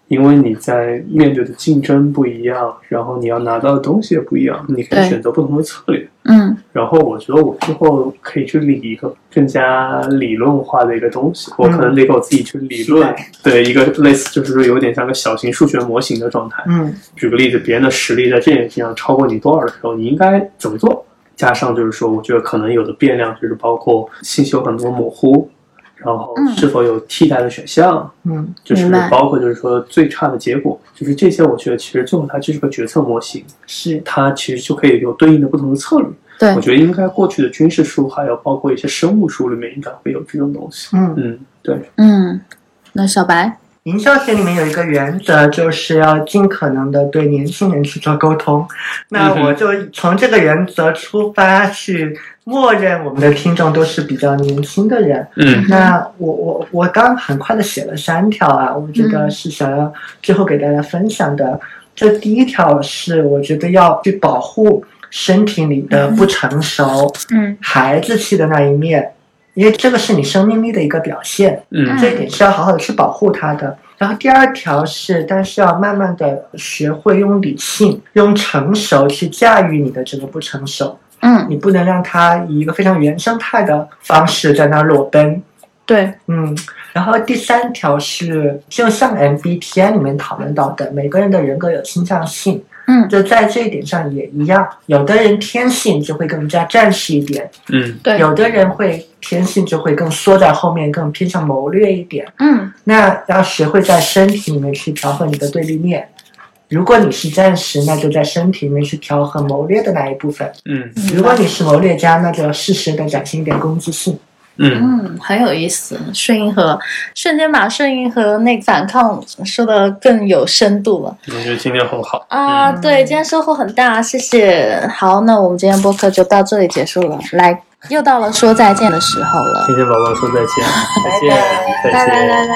B: 因为你在面对的竞争不一样，然后你要拿到的东西也不一样，你可
C: 对
B: 以选择不同的策略。
C: 嗯。
B: 然后我觉得我之后可以去理一个更加理论化的一个东
C: 嗯
B: 西，我可能得给我自己去理论
D: 是的，
B: 对一个类似就是说有点像个小型数学模型的状态。
D: 嗯
B: 举个例子，别人的实力在这件事情上超过你多少的时候，你应该怎么做？加上就是说，我觉得可能有的变量就是包括信息有很多模糊，
F: 然后
C: 嗯
F: 是否有替代的选项，
D: 嗯
F: 就是
C: 明白
F: 包括就是说最差的结果，就是这些，我觉得其实最后它就是个决策模型，
C: 是
F: 它其实就可以有对应的不同的策略。
C: 对
F: 我觉得应该过去的军事书，还有包括一些生物书里面，应该会有这种东西。
D: 嗯，
F: 嗯，对，
C: 嗯，那小白，
D: 营销学里面有一个原则，就是要尽可能的对年轻人去做沟通。那
B: 嗯哼
D: 我就从这个原则出发去。默认我们的听众都是比较年轻的人，
B: 嗯
D: 那我我我刚很快的写了三条啊，我觉得
C: 嗯
D: 是想要最后给大家分享的。这第一条是我觉得要去保护身体里的不成熟、
C: 嗯
D: 孩子气的那一面，因为这个是你生命力的一个表现。
B: 嗯
D: 这一点是要好好的去保护它的。然后第二条是，但是要慢慢的学会用理性、用成熟去驾驭你的这个不成熟，
C: 嗯，
D: 你不能让它以一个非常原生态的方式在那儿裸奔。
C: 对，
D: 嗯，然后第三条是，就像 MBTI 里面讨论到的，每个人的人格有倾向性，
C: 嗯
D: 就在这一点上也一样，有的人天性就会更加战士一点，
B: 嗯
C: 对，
D: 有的人会天性就会更缩在后面，更偏向谋略一点。
C: 嗯
D: 那要学会在身体里面去调和你的对立面。如果你是战士，那就在身体里面去调和谋略的那一部分；
B: 嗯
C: 明白
D: 如果你是谋略家，那就要适时的展现一点攻击性。
B: 嗯
C: 嗯，很有意思。顺应和瞬间把顺应和那个反抗说的更有深度了
B: 我觉得今天很好。
C: 啊！
D: 嗯
C: 对，今天收获很大，谢谢。好，那我们今天播客就到这里结束了。来，又到了说再见的时候了。
F: 天天宝宝说再见，再见，再见。
C: 拜拜拜拜。